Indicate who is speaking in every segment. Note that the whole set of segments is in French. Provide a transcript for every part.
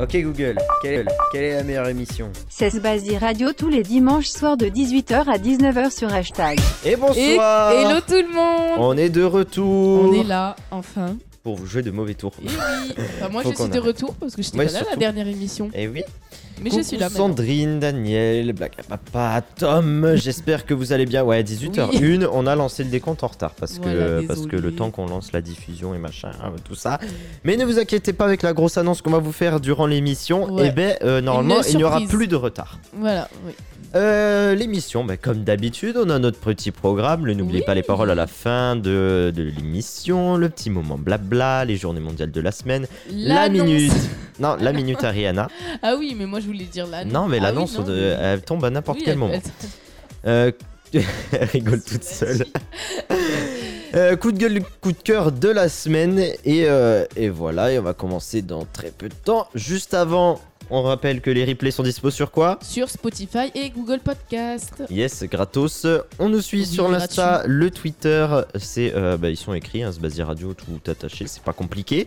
Speaker 1: Ok Google, quelle, quelle est la meilleure émission
Speaker 2: C'est Sbazi Radio tous les dimanches soirs de 18h à 19h sur hashtag.
Speaker 1: Et
Speaker 3: Et
Speaker 1: Eh, bonsoir
Speaker 3: hello tout le monde
Speaker 1: On est de retour
Speaker 3: On est là, enfin.
Speaker 1: pour vous jouer de mauvais tours.
Speaker 3: Et oui Enfin, Moi
Speaker 1: Faut
Speaker 3: je suis
Speaker 1: qu'on
Speaker 3: de
Speaker 1: arrête.
Speaker 3: retour parce que j'étais
Speaker 1: Ouais,
Speaker 3: pas là à la
Speaker 1: surtout.
Speaker 3: dernière émission.
Speaker 1: Et Eh oui,
Speaker 3: Mais je
Speaker 1: Coucou
Speaker 3: suis là maintenant.
Speaker 1: Sandrine, Daniel, Black à Papa, Tom, j'espère que vous allez bien. Ouais, 18h01, on a lancé le décompte en retard parce,
Speaker 3: Voilà,
Speaker 1: que, parce que
Speaker 3: désolé.
Speaker 1: le temps qu'on lance la diffusion et machin, hein, tout ça. Mais ne vous inquiétez pas avec la grosse annonce qu'on va vous faire durant l'émission.
Speaker 3: Ouais.
Speaker 1: Et ben, euh, normalement,
Speaker 3: Une
Speaker 1: il n'y aura
Speaker 3: surprise.
Speaker 1: plus de retard.
Speaker 3: Voilà, oui.
Speaker 1: Euh, l'émission, bah, comme d'habitude, on a notre petit programme. Le N'oubliez
Speaker 3: Oui.
Speaker 1: pas les paroles à la fin de, de l'émission, le petit moment blabla, les journées mondiales de la semaine, la
Speaker 3: L'annonce.
Speaker 1: minute. Non, la minute Ariana.
Speaker 3: Ah oui, mais moi je voulais dire l'annonce.
Speaker 1: non, mais
Speaker 3: Ah
Speaker 1: l'annonce,
Speaker 3: oui, non,
Speaker 1: de-
Speaker 3: mais-
Speaker 1: elle tombe à n'importe
Speaker 3: Oui,
Speaker 1: quel
Speaker 3: elle-
Speaker 1: moment.
Speaker 3: elle-
Speaker 1: Euh, elle rigole toute seule. Euh, coup de gueule, coup de cœur de la semaine. Et, euh, et voilà, et on va commencer dans très peu de temps. Juste avant, on rappelle que les replays sont dispo sur quoi
Speaker 3: Sur Spotify et Google Podcast.
Speaker 1: Yes, gratos. On nous suit
Speaker 3: Oui,
Speaker 1: sur l'Insta, le Twitter. C'est, euh, bah, ils sont écrits, hein, Sbazi Radio, tout attaché, c'est pas compliqué.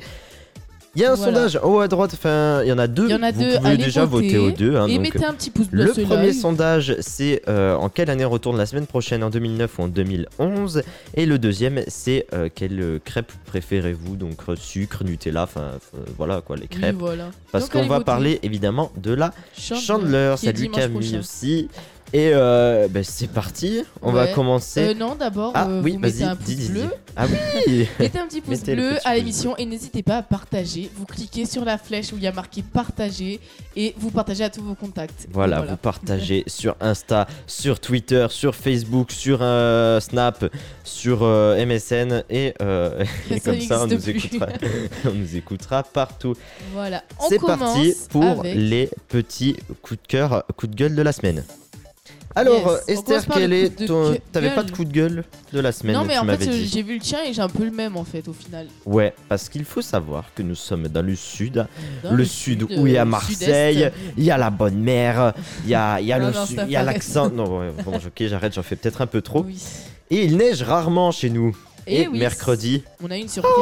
Speaker 1: Il y a un
Speaker 3: Voilà.
Speaker 1: sondage en haut à droite, enfin, il y en a deux.
Speaker 3: Il y en a
Speaker 1: Vous
Speaker 3: deux,
Speaker 1: pouvez
Speaker 3: allez
Speaker 1: déjà voter,
Speaker 3: voter.
Speaker 1: aux deux. hein,
Speaker 3: et
Speaker 1: donc,
Speaker 3: mettez un petit pouce bleu.
Speaker 1: le
Speaker 3: ceux-là,
Speaker 1: premier
Speaker 3: oui.
Speaker 1: sondage, c'est euh, en quelle année on retourne la semaine prochaine, en 2009 ou en 2011. Et le deuxième, c'est euh, quelle euh, crêpe préférez-vous Donc euh, sucre, Nutella, enfin euh, voilà quoi, les
Speaker 3: Oui,
Speaker 1: crêpes.
Speaker 3: voilà.
Speaker 1: Parce
Speaker 3: Donc,
Speaker 1: qu'on
Speaker 3: allez
Speaker 1: va
Speaker 3: voter.
Speaker 1: parler évidemment de la
Speaker 3: Chandler.
Speaker 1: Chandler,
Speaker 3: qui est
Speaker 1: salut
Speaker 3: dimanche
Speaker 1: Camille
Speaker 3: prochain.
Speaker 1: aussi. Et euh, bah, c'est parti, on va
Speaker 3: Ouais.
Speaker 1: commencer.
Speaker 3: Euh, non, d'abord,
Speaker 1: ah
Speaker 3: euh,
Speaker 1: oui,
Speaker 3: vous mettez
Speaker 1: vas-y,
Speaker 3: un
Speaker 1: dis,
Speaker 3: pouce
Speaker 1: dis,
Speaker 3: bleu.
Speaker 1: dis. Ah oui
Speaker 3: Mettez un petit pouce
Speaker 1: Mettez le
Speaker 3: bleu
Speaker 1: petit
Speaker 3: à
Speaker 1: pouce
Speaker 3: l'émission et n'hésitez pas à partager. Vous cliquez sur la flèche où il y a marqué partager et vous partagez à tous vos contacts.
Speaker 1: voilà, vous partagez sur Insta, sur Twitter, sur Facebook, sur euh, Snap, sur euh, MSN et, euh, et
Speaker 3: Ça
Speaker 1: comme ça on
Speaker 3: n'existe
Speaker 1: nous,
Speaker 3: plus.
Speaker 1: écoutera, on nous écoutera partout.
Speaker 3: Voilà. On
Speaker 1: C'est
Speaker 3: commence
Speaker 1: parti pour
Speaker 3: avec-
Speaker 1: les petits coups de cœur, coups de gueule de la semaine. Alors
Speaker 3: Yes, on
Speaker 1: Esther,
Speaker 3: commence par
Speaker 1: quel
Speaker 3: les
Speaker 1: est
Speaker 3: coups de
Speaker 1: ton...
Speaker 3: gueule.
Speaker 1: T'avais pas de coup de gueule de la semaine,
Speaker 3: Non, mais
Speaker 1: tu
Speaker 3: en
Speaker 1: m'avais
Speaker 3: fait, euh,
Speaker 1: dit.
Speaker 3: j'ai vu le tien et j'ai un peu le même en fait au final.
Speaker 1: Ouais, parce qu'il faut savoir que nous sommes dans le sud.
Speaker 3: Dans
Speaker 1: le sud,
Speaker 3: euh,
Speaker 1: où il y a
Speaker 3: le
Speaker 1: Marseille,
Speaker 3: sud-est.
Speaker 1: il y a la bonne mer, il y a, il y a
Speaker 3: Non,
Speaker 1: le
Speaker 3: non,
Speaker 1: sud,
Speaker 3: ça
Speaker 1: il y a
Speaker 3: va.
Speaker 1: l'accent. Non, ouais, bon, ok, j'arrête, j'en fais peut-être un peu trop.
Speaker 3: Oui. Eh
Speaker 1: Et il neige rarement chez nous. Et,
Speaker 3: oui,
Speaker 1: mercredi. Oh,
Speaker 3: On a une surprise.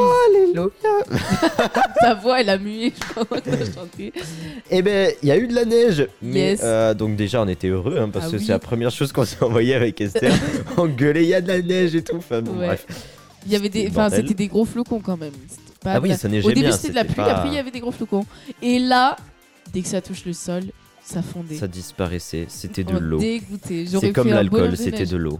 Speaker 3: Ta voix, elle a mué pendant que t'as chanté.
Speaker 1: Eh ben, il y a eu de la neige. Mais
Speaker 3: Yes.
Speaker 1: euh, donc déjà, on était heureux hein, parce
Speaker 3: Ah
Speaker 1: que
Speaker 3: oui.
Speaker 1: c'est la première chose qu'on s'est envoyée avec Esther. on gueulait, il y a de la neige et tout. Enfin, bon,
Speaker 3: Ouais.
Speaker 1: bref.
Speaker 3: Il y avait des,
Speaker 1: C'était le
Speaker 3: enfin,
Speaker 1: bordel.
Speaker 3: c'était des gros flocons quand même. C'était pas
Speaker 1: Ah
Speaker 3: de
Speaker 1: oui,
Speaker 3: la-
Speaker 1: ça neigeait
Speaker 3: Au début,
Speaker 1: bien,
Speaker 3: c'était de la
Speaker 1: c'était
Speaker 3: pluie,
Speaker 1: pas-
Speaker 3: après il y avait des gros flocons. Et là, dès que ça touche le sol, ça fondait.
Speaker 1: Ça disparaissait, c'était de
Speaker 3: Oh,
Speaker 1: l'eau.
Speaker 3: Dégoûté. J'aurais
Speaker 1: C'est comme
Speaker 3: pris un bonhomme
Speaker 1: l'alcool, c'était
Speaker 3: neige.
Speaker 1: de l'eau.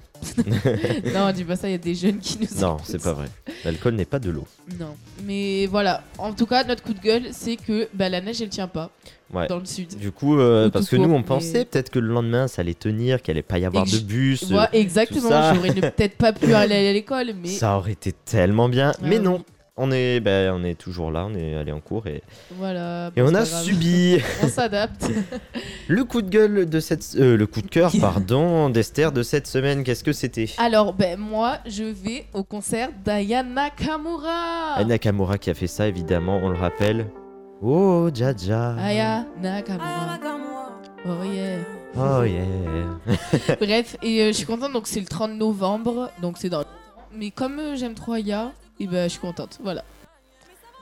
Speaker 3: Non, dis pas ça, il y a des jeunes qui nous.
Speaker 1: Non,
Speaker 3: écoutent.
Speaker 1: c'est pas vrai. L'alcool n'est pas de l'eau.
Speaker 3: Non, mais voilà. En tout cas, notre coup de gueule, c'est que bah, la neige, elle tient pas
Speaker 1: Ouais.
Speaker 3: dans le sud.
Speaker 1: Du coup, euh,
Speaker 3: Ou tout
Speaker 1: parce que
Speaker 3: court,
Speaker 1: nous, on
Speaker 3: mais-
Speaker 1: pensait peut-être que le lendemain, ça allait tenir, qu'il allait pas y avoir
Speaker 3: que
Speaker 1: de
Speaker 3: je-
Speaker 1: bus. euh,
Speaker 3: Moi, exactement.
Speaker 1: ça.
Speaker 3: J'aurais ne- peut-être pas pu aller à l'école, mais Ah
Speaker 1: Ça aurait été tellement bien,
Speaker 3: Ouais,
Speaker 1: mais
Speaker 3: ouais.
Speaker 1: non. On est, ben, on est toujours là, on est allé en cours et,
Speaker 3: voilà.
Speaker 1: et
Speaker 3: bon,
Speaker 1: on
Speaker 3: c'est
Speaker 1: a
Speaker 3: pas grave.
Speaker 1: subi
Speaker 3: On s'adapte.
Speaker 1: le coup de gueule de cette, euh, le coup de cœur, pardon, d'Esther de cette semaine. Qu'est-ce que c'était
Speaker 3: Alors, ben moi, je vais au concert d'Aya Nakamura.
Speaker 1: Aya Nakamura qui a fait ça, évidemment, on le rappelle. Oh, Jaja.
Speaker 3: Aya
Speaker 1: Euh,
Speaker 3: Nakamura. Oh yeah.
Speaker 1: Oh yeah.
Speaker 3: Bref, et euh, je suis contente. Donc c'est le 30 novembre, donc c'est dans. Mais comme euh, j'aime trop Aya, et ben je suis contente. Voilà.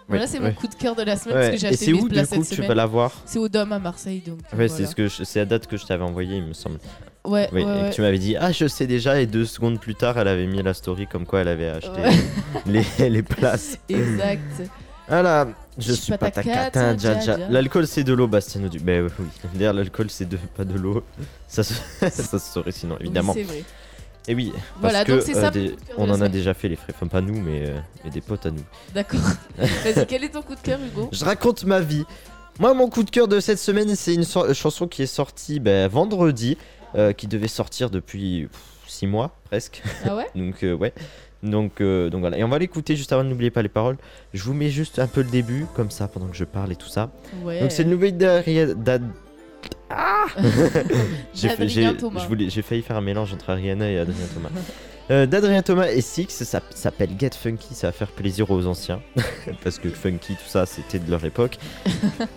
Speaker 3: voilà,
Speaker 1: Ouais,
Speaker 3: c'est
Speaker 1: ouais.
Speaker 3: mon coup de cœur de la semaine
Speaker 1: Ouais.
Speaker 3: parce que j'ai
Speaker 1: Et c'est
Speaker 3: acheté
Speaker 1: où du
Speaker 3: mes places
Speaker 1: coup
Speaker 3: cette
Speaker 1: que tu vas
Speaker 3: semaine.
Speaker 1: la voir
Speaker 3: C'est au Dôme à Marseille, donc.
Speaker 1: Ouais,
Speaker 3: voilà.
Speaker 1: c'est ce que je- c'est la date que je t'avais envoyée, il me semble.
Speaker 3: Ouais,
Speaker 1: Oui,
Speaker 3: ouais,
Speaker 1: et
Speaker 3: ouais.
Speaker 1: que tu m'avais dit, ah, je sais déjà, et deux secondes plus tard, elle avait mis la story comme quoi elle avait acheté
Speaker 3: Ouais.
Speaker 1: les, les places.
Speaker 3: Exact.
Speaker 1: Ah là, je,
Speaker 3: Je
Speaker 1: suis pas ta catin,
Speaker 3: catin,
Speaker 1: dja,
Speaker 3: dja,
Speaker 1: dja.
Speaker 3: dja.
Speaker 1: L'alcool, c'est de l'eau, Bastien Audu. Ben oui, d'ailleurs, l'alcool, c'est de, pas de l'eau. Ça se, ça se saurait sinon, évidemment.
Speaker 3: Oui, c'est vrai.
Speaker 1: et oui, parce
Speaker 3: Voilà,
Speaker 1: que euh,
Speaker 3: donc c'est ça,
Speaker 1: des-
Speaker 3: mon coup de cœur de
Speaker 1: on
Speaker 3: la
Speaker 1: en a
Speaker 3: semaine.
Speaker 1: déjà fait les frais. Enfin, pas nous, mais, euh, mais des potes à nous.
Speaker 3: D'accord. Vas-y, quel est ton coup de cœur, Hugo
Speaker 1: Je raconte ma vie. Moi, mon coup de cœur de cette semaine, c'est une so- chanson qui est sortie ben, vendredi, euh, qui devait sortir depuis 6 mois presque.
Speaker 3: Ah ouais
Speaker 1: Donc euh, ouais. Donc, euh, donc voilà. Et on va l'écouter juste avant, n'oubliez pas les paroles. Je vous mets juste un peu le début, comme ça, pendant que je parle et tout ça.
Speaker 3: Ouais.
Speaker 1: Donc c'est une nouvelle d'Ariana... d'Ad- Ah J'ai fait- j'ai-
Speaker 3: Adrien Thomas.
Speaker 1: je voulais- j'ai failli faire un mélange entre Ariana et Adrien Thomas. Euh, D'Adrien Thomas et Six, ça ça s'appelle Get Funky, ça va faire plaisir aux anciens. Parce que Funky, tout ça, c'était de leur époque.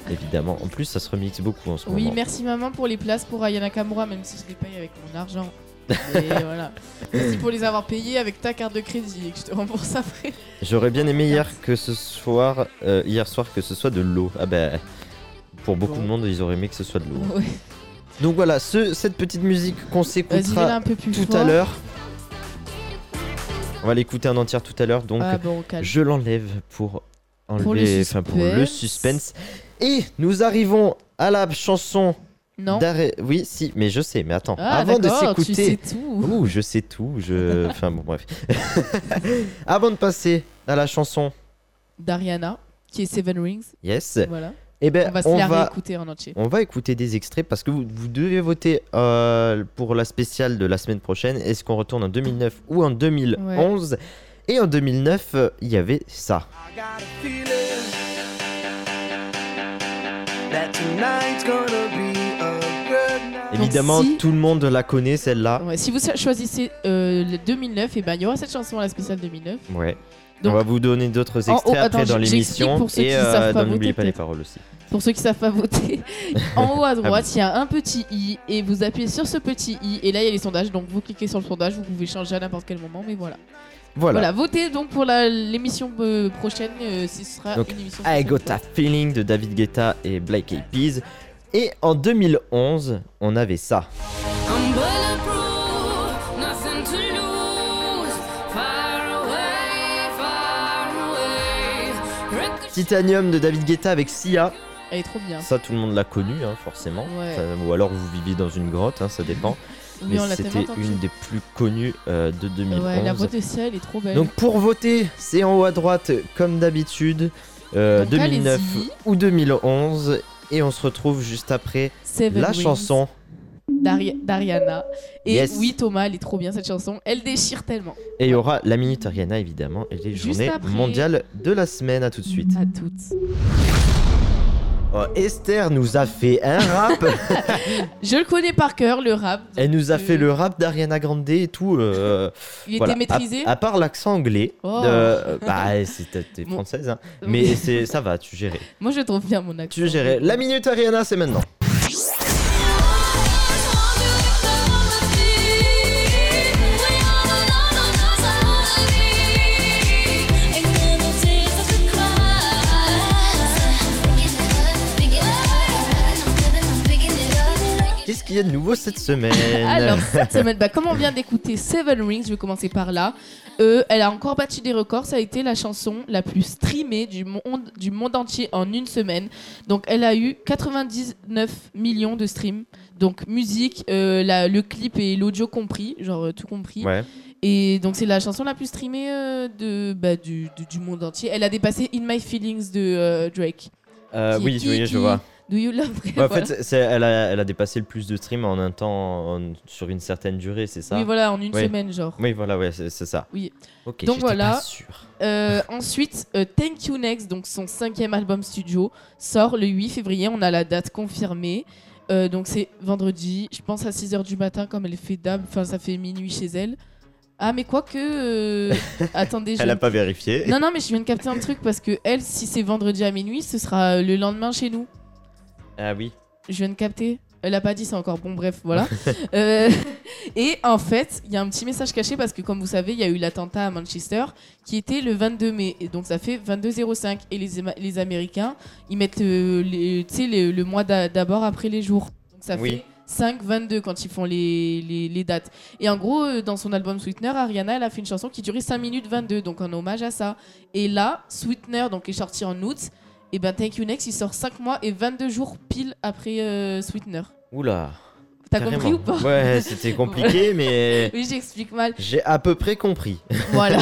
Speaker 1: Évidemment. En plus, ça se remixe beaucoup en ce
Speaker 3: Oui,
Speaker 1: moment.
Speaker 3: merci maman pour les places pour Ayana Kamura, même si je les paye avec mon argent. Mais voilà. Merci pour les avoir payés avec ta carte de crédit et que je te rembourse après.
Speaker 1: J'aurais bien aimé hier que ce soir, euh, hier soir que ce soit de l'eau. Ah bah, Pour beaucoup
Speaker 3: Bon.
Speaker 1: de monde, ils auraient aimé que ce soit de l'eau.
Speaker 3: Ouais.
Speaker 1: Donc voilà, ce- cette petite musique qu'on
Speaker 3: Vas-y, mets-la
Speaker 1: s'écoutera
Speaker 3: un peu plus
Speaker 1: tout
Speaker 3: fort.
Speaker 1: à l'heure. On va l'écouter en entière tout à l'heure, donc
Speaker 3: Ah bon, calme.
Speaker 1: je l'enlève pour enlever,
Speaker 3: Pour le
Speaker 1: enfin, pour le suspense.
Speaker 3: suspense.
Speaker 1: Et nous arrivons à la chanson
Speaker 3: Non.
Speaker 1: d'arrêt. Oui, si, mais je sais, mais attends,
Speaker 3: Ah,
Speaker 1: avant de
Speaker 3: d'accord,
Speaker 1: s'écouter.
Speaker 3: Tu sais tout.
Speaker 1: Ouh, je sais tout, je. Enfin bon, bref. Avant de passer à la chanson,
Speaker 3: D'Ariana, qui est Seven Rings.
Speaker 1: yes,
Speaker 3: Voilà.
Speaker 1: eh ben,
Speaker 3: on va se
Speaker 1: on
Speaker 3: la
Speaker 1: va,
Speaker 3: réécouter en entier.
Speaker 1: on va écouter des extraits parce que vous, vous devez voter euh, pour la spéciale de la semaine prochaine. Est-ce qu'on retourne en 2009 ou en 2011 Et en 2009, euh, il y avait ça.
Speaker 4: I got a feeling that tonight's gonna be a good night.
Speaker 3: Donc,
Speaker 1: Évidemment,
Speaker 3: si-
Speaker 1: tout le monde la connaît, celle-là.
Speaker 3: Ouais, si vous choisissez euh, le 2009, et ben il y aura cette chanson à la spéciale 2009.
Speaker 1: Ouais.
Speaker 3: Donc-
Speaker 1: on va vous donner d'autres
Speaker 3: En haut,
Speaker 1: extraits après
Speaker 3: attends,
Speaker 1: dans
Speaker 3: j'explique
Speaker 1: l'émission.
Speaker 3: pour ceux qui
Speaker 1: Et
Speaker 3: savent pas
Speaker 1: dans N'oubliez
Speaker 3: voter,
Speaker 1: pas les
Speaker 3: peut-être.
Speaker 1: paroles aussi.
Speaker 3: Pour ceux qui savent pas voter, en haut à
Speaker 1: Ah
Speaker 3: droite, il y a un petit i et vous appuyez sur ce petit i et là il y a les sondages. Donc vous cliquez sur le sondage, vous pouvez changer à n'importe quel moment, mais voilà.
Speaker 1: Voilà.
Speaker 3: Voilà, votez donc pour la- l'émission euh, prochaine, euh, si ce sera
Speaker 1: Donc,
Speaker 3: une émission.
Speaker 1: I
Speaker 3: spéciale.
Speaker 1: Got a Feeling de David Guetta et Blake Eyed Peas. Et en 2011, on avait ça.
Speaker 5: I'm bulletproof, nothing to lose. Far away, far away. Ricochet-
Speaker 1: Titanium de David Guetta avec Sia.
Speaker 3: Elle est trop bien.
Speaker 1: Ça, tout le monde l'a connu, hein, forcément.
Speaker 3: Ouais.
Speaker 1: Ça- ou alors vous vivez dans une grotte, hein, ça dépend.
Speaker 3: Oui,
Speaker 1: Mais
Speaker 3: on l'a tellement
Speaker 1: c'était
Speaker 3: entendue.
Speaker 1: une des plus connues euh, de 2011.
Speaker 3: Ouais, la voix de Sia, elle est trop belle.
Speaker 1: Donc pour voter, c'est en haut à droite, comme d'habitude. euh,
Speaker 3: Donc,
Speaker 1: 2009
Speaker 3: allez-y.
Speaker 1: ou 2011. Et on se retrouve juste après
Speaker 3: Seven
Speaker 1: la
Speaker 3: Rings
Speaker 1: chanson.
Speaker 3: d'Ari- d'Ariana. Et
Speaker 1: Yes.
Speaker 3: oui, Thomas, elle est trop bien cette chanson. Elle déchire tellement.
Speaker 1: Et il y aura la Minute Ariana, évidemment, et les
Speaker 3: Juste
Speaker 1: journées
Speaker 3: après. Mm.
Speaker 1: mondiales de la semaine. À tout de suite.
Speaker 3: À toutes.
Speaker 1: Oh, Esther nous a fait un rap.
Speaker 3: Je le connais par cœur, le rap. donc
Speaker 1: Elle nous a
Speaker 3: je-
Speaker 1: fait le rap d'Ariana Grande et tout. euh,
Speaker 3: Il
Speaker 1: voilà. ah,
Speaker 3: était maîtrisé.
Speaker 1: À, à part l'accent anglais.
Speaker 3: Oh.
Speaker 1: euh, bah, c'est- t'es t'es
Speaker 3: Bon.
Speaker 1: française, hein.
Speaker 3: Donc,
Speaker 1: Mais c'est- ça va, tu gérais.
Speaker 3: Moi, je trouve bien mon accent.
Speaker 1: Tu gérais. La minute Ariana, c'est maintenant. Qu'est-ce qu'il y a de nouveau cette semaine
Speaker 3: Alors, cette semaine, bah, comme on vient d'écouter Seven Rings, je vais commencer par là. euh, elle a encore battu des records. Ça a été la chanson la plus streamée du monde, du monde entier en une semaine. Donc, elle a eu 99 millions de streams. Donc, musique, euh, la- le clip et l'audio compris, genre euh, tout compris.
Speaker 1: Ouais.
Speaker 3: Et donc, c'est la chanson la plus streamée euh, de, bah, du, du- du monde entier. Elle a dépassé In My Feelings de euh, Drake.
Speaker 1: Euh,
Speaker 3: Qui-
Speaker 1: oui,
Speaker 3: qui-
Speaker 1: oui,
Speaker 3: qui-
Speaker 1: je vois.
Speaker 3: Do You Love Me
Speaker 1: Ouais, en
Speaker 3: Voilà.
Speaker 1: fait, c'est- c'est- elle, a, elle a dépassé le plus de streams en un temps, en- sur une certaine durée, c'est ça
Speaker 3: Oui, voilà, en une
Speaker 1: Oui.
Speaker 3: semaine, genre.
Speaker 1: Oui, voilà, ouais, c'est c'est ça.
Speaker 3: Oui.
Speaker 1: Ok,
Speaker 3: Donc
Speaker 1: j'étais
Speaker 3: voilà.
Speaker 1: pas sûr.
Speaker 3: Euh, ensuite, euh, Thank You Next, donc son cinquième album studio, sort le 8 février. On a la date confirmée. Euh, donc c'est vendredi, je pense à 6h du matin, comme elle fait dame, enfin ça fait minuit chez elle. Ah, mais quoi que. euh, Attendez, je.
Speaker 1: Elle a pas vérifié.
Speaker 3: Non, non, mais je viens de capter un truc parce que elle, si c'est vendredi à minuit, ce sera euh, le lendemain chez nous.
Speaker 1: Ah oui.
Speaker 3: Je viens de capter. Elle a pas dit, c'est encore bon, bref, voilà. Euh, et en fait, il y a un petit message caché parce que, comme vous savez, il y a eu l'attentat à Manchester qui était le 22 mai. Et donc, ça fait 22.05. Et les, Ama- les Américains, ils mettent euh, les- tu sais, les- le mois d'a- d'abord après les jours. Donc, ça
Speaker 1: Oui.
Speaker 3: fait 5.22 quand ils font les, les- les dates. Et en gros, euh, dans son album Sweetener, Ariana, elle a fait une chanson qui durait 5 minutes 22, donc en hommage à ça. Et là, Sweetener, donc, est sorti en août. Et ben, Thank You Next, il sort 5 mois et 22 jours pile après euh, Sweetener.
Speaker 1: Oula.
Speaker 3: T'as
Speaker 1: carrément.
Speaker 3: compris ou pas
Speaker 1: Ouais, c'était compliqué, mais
Speaker 3: Oui, Euh. j'explique mal.
Speaker 1: j'ai à peu près compris.
Speaker 3: Voilà.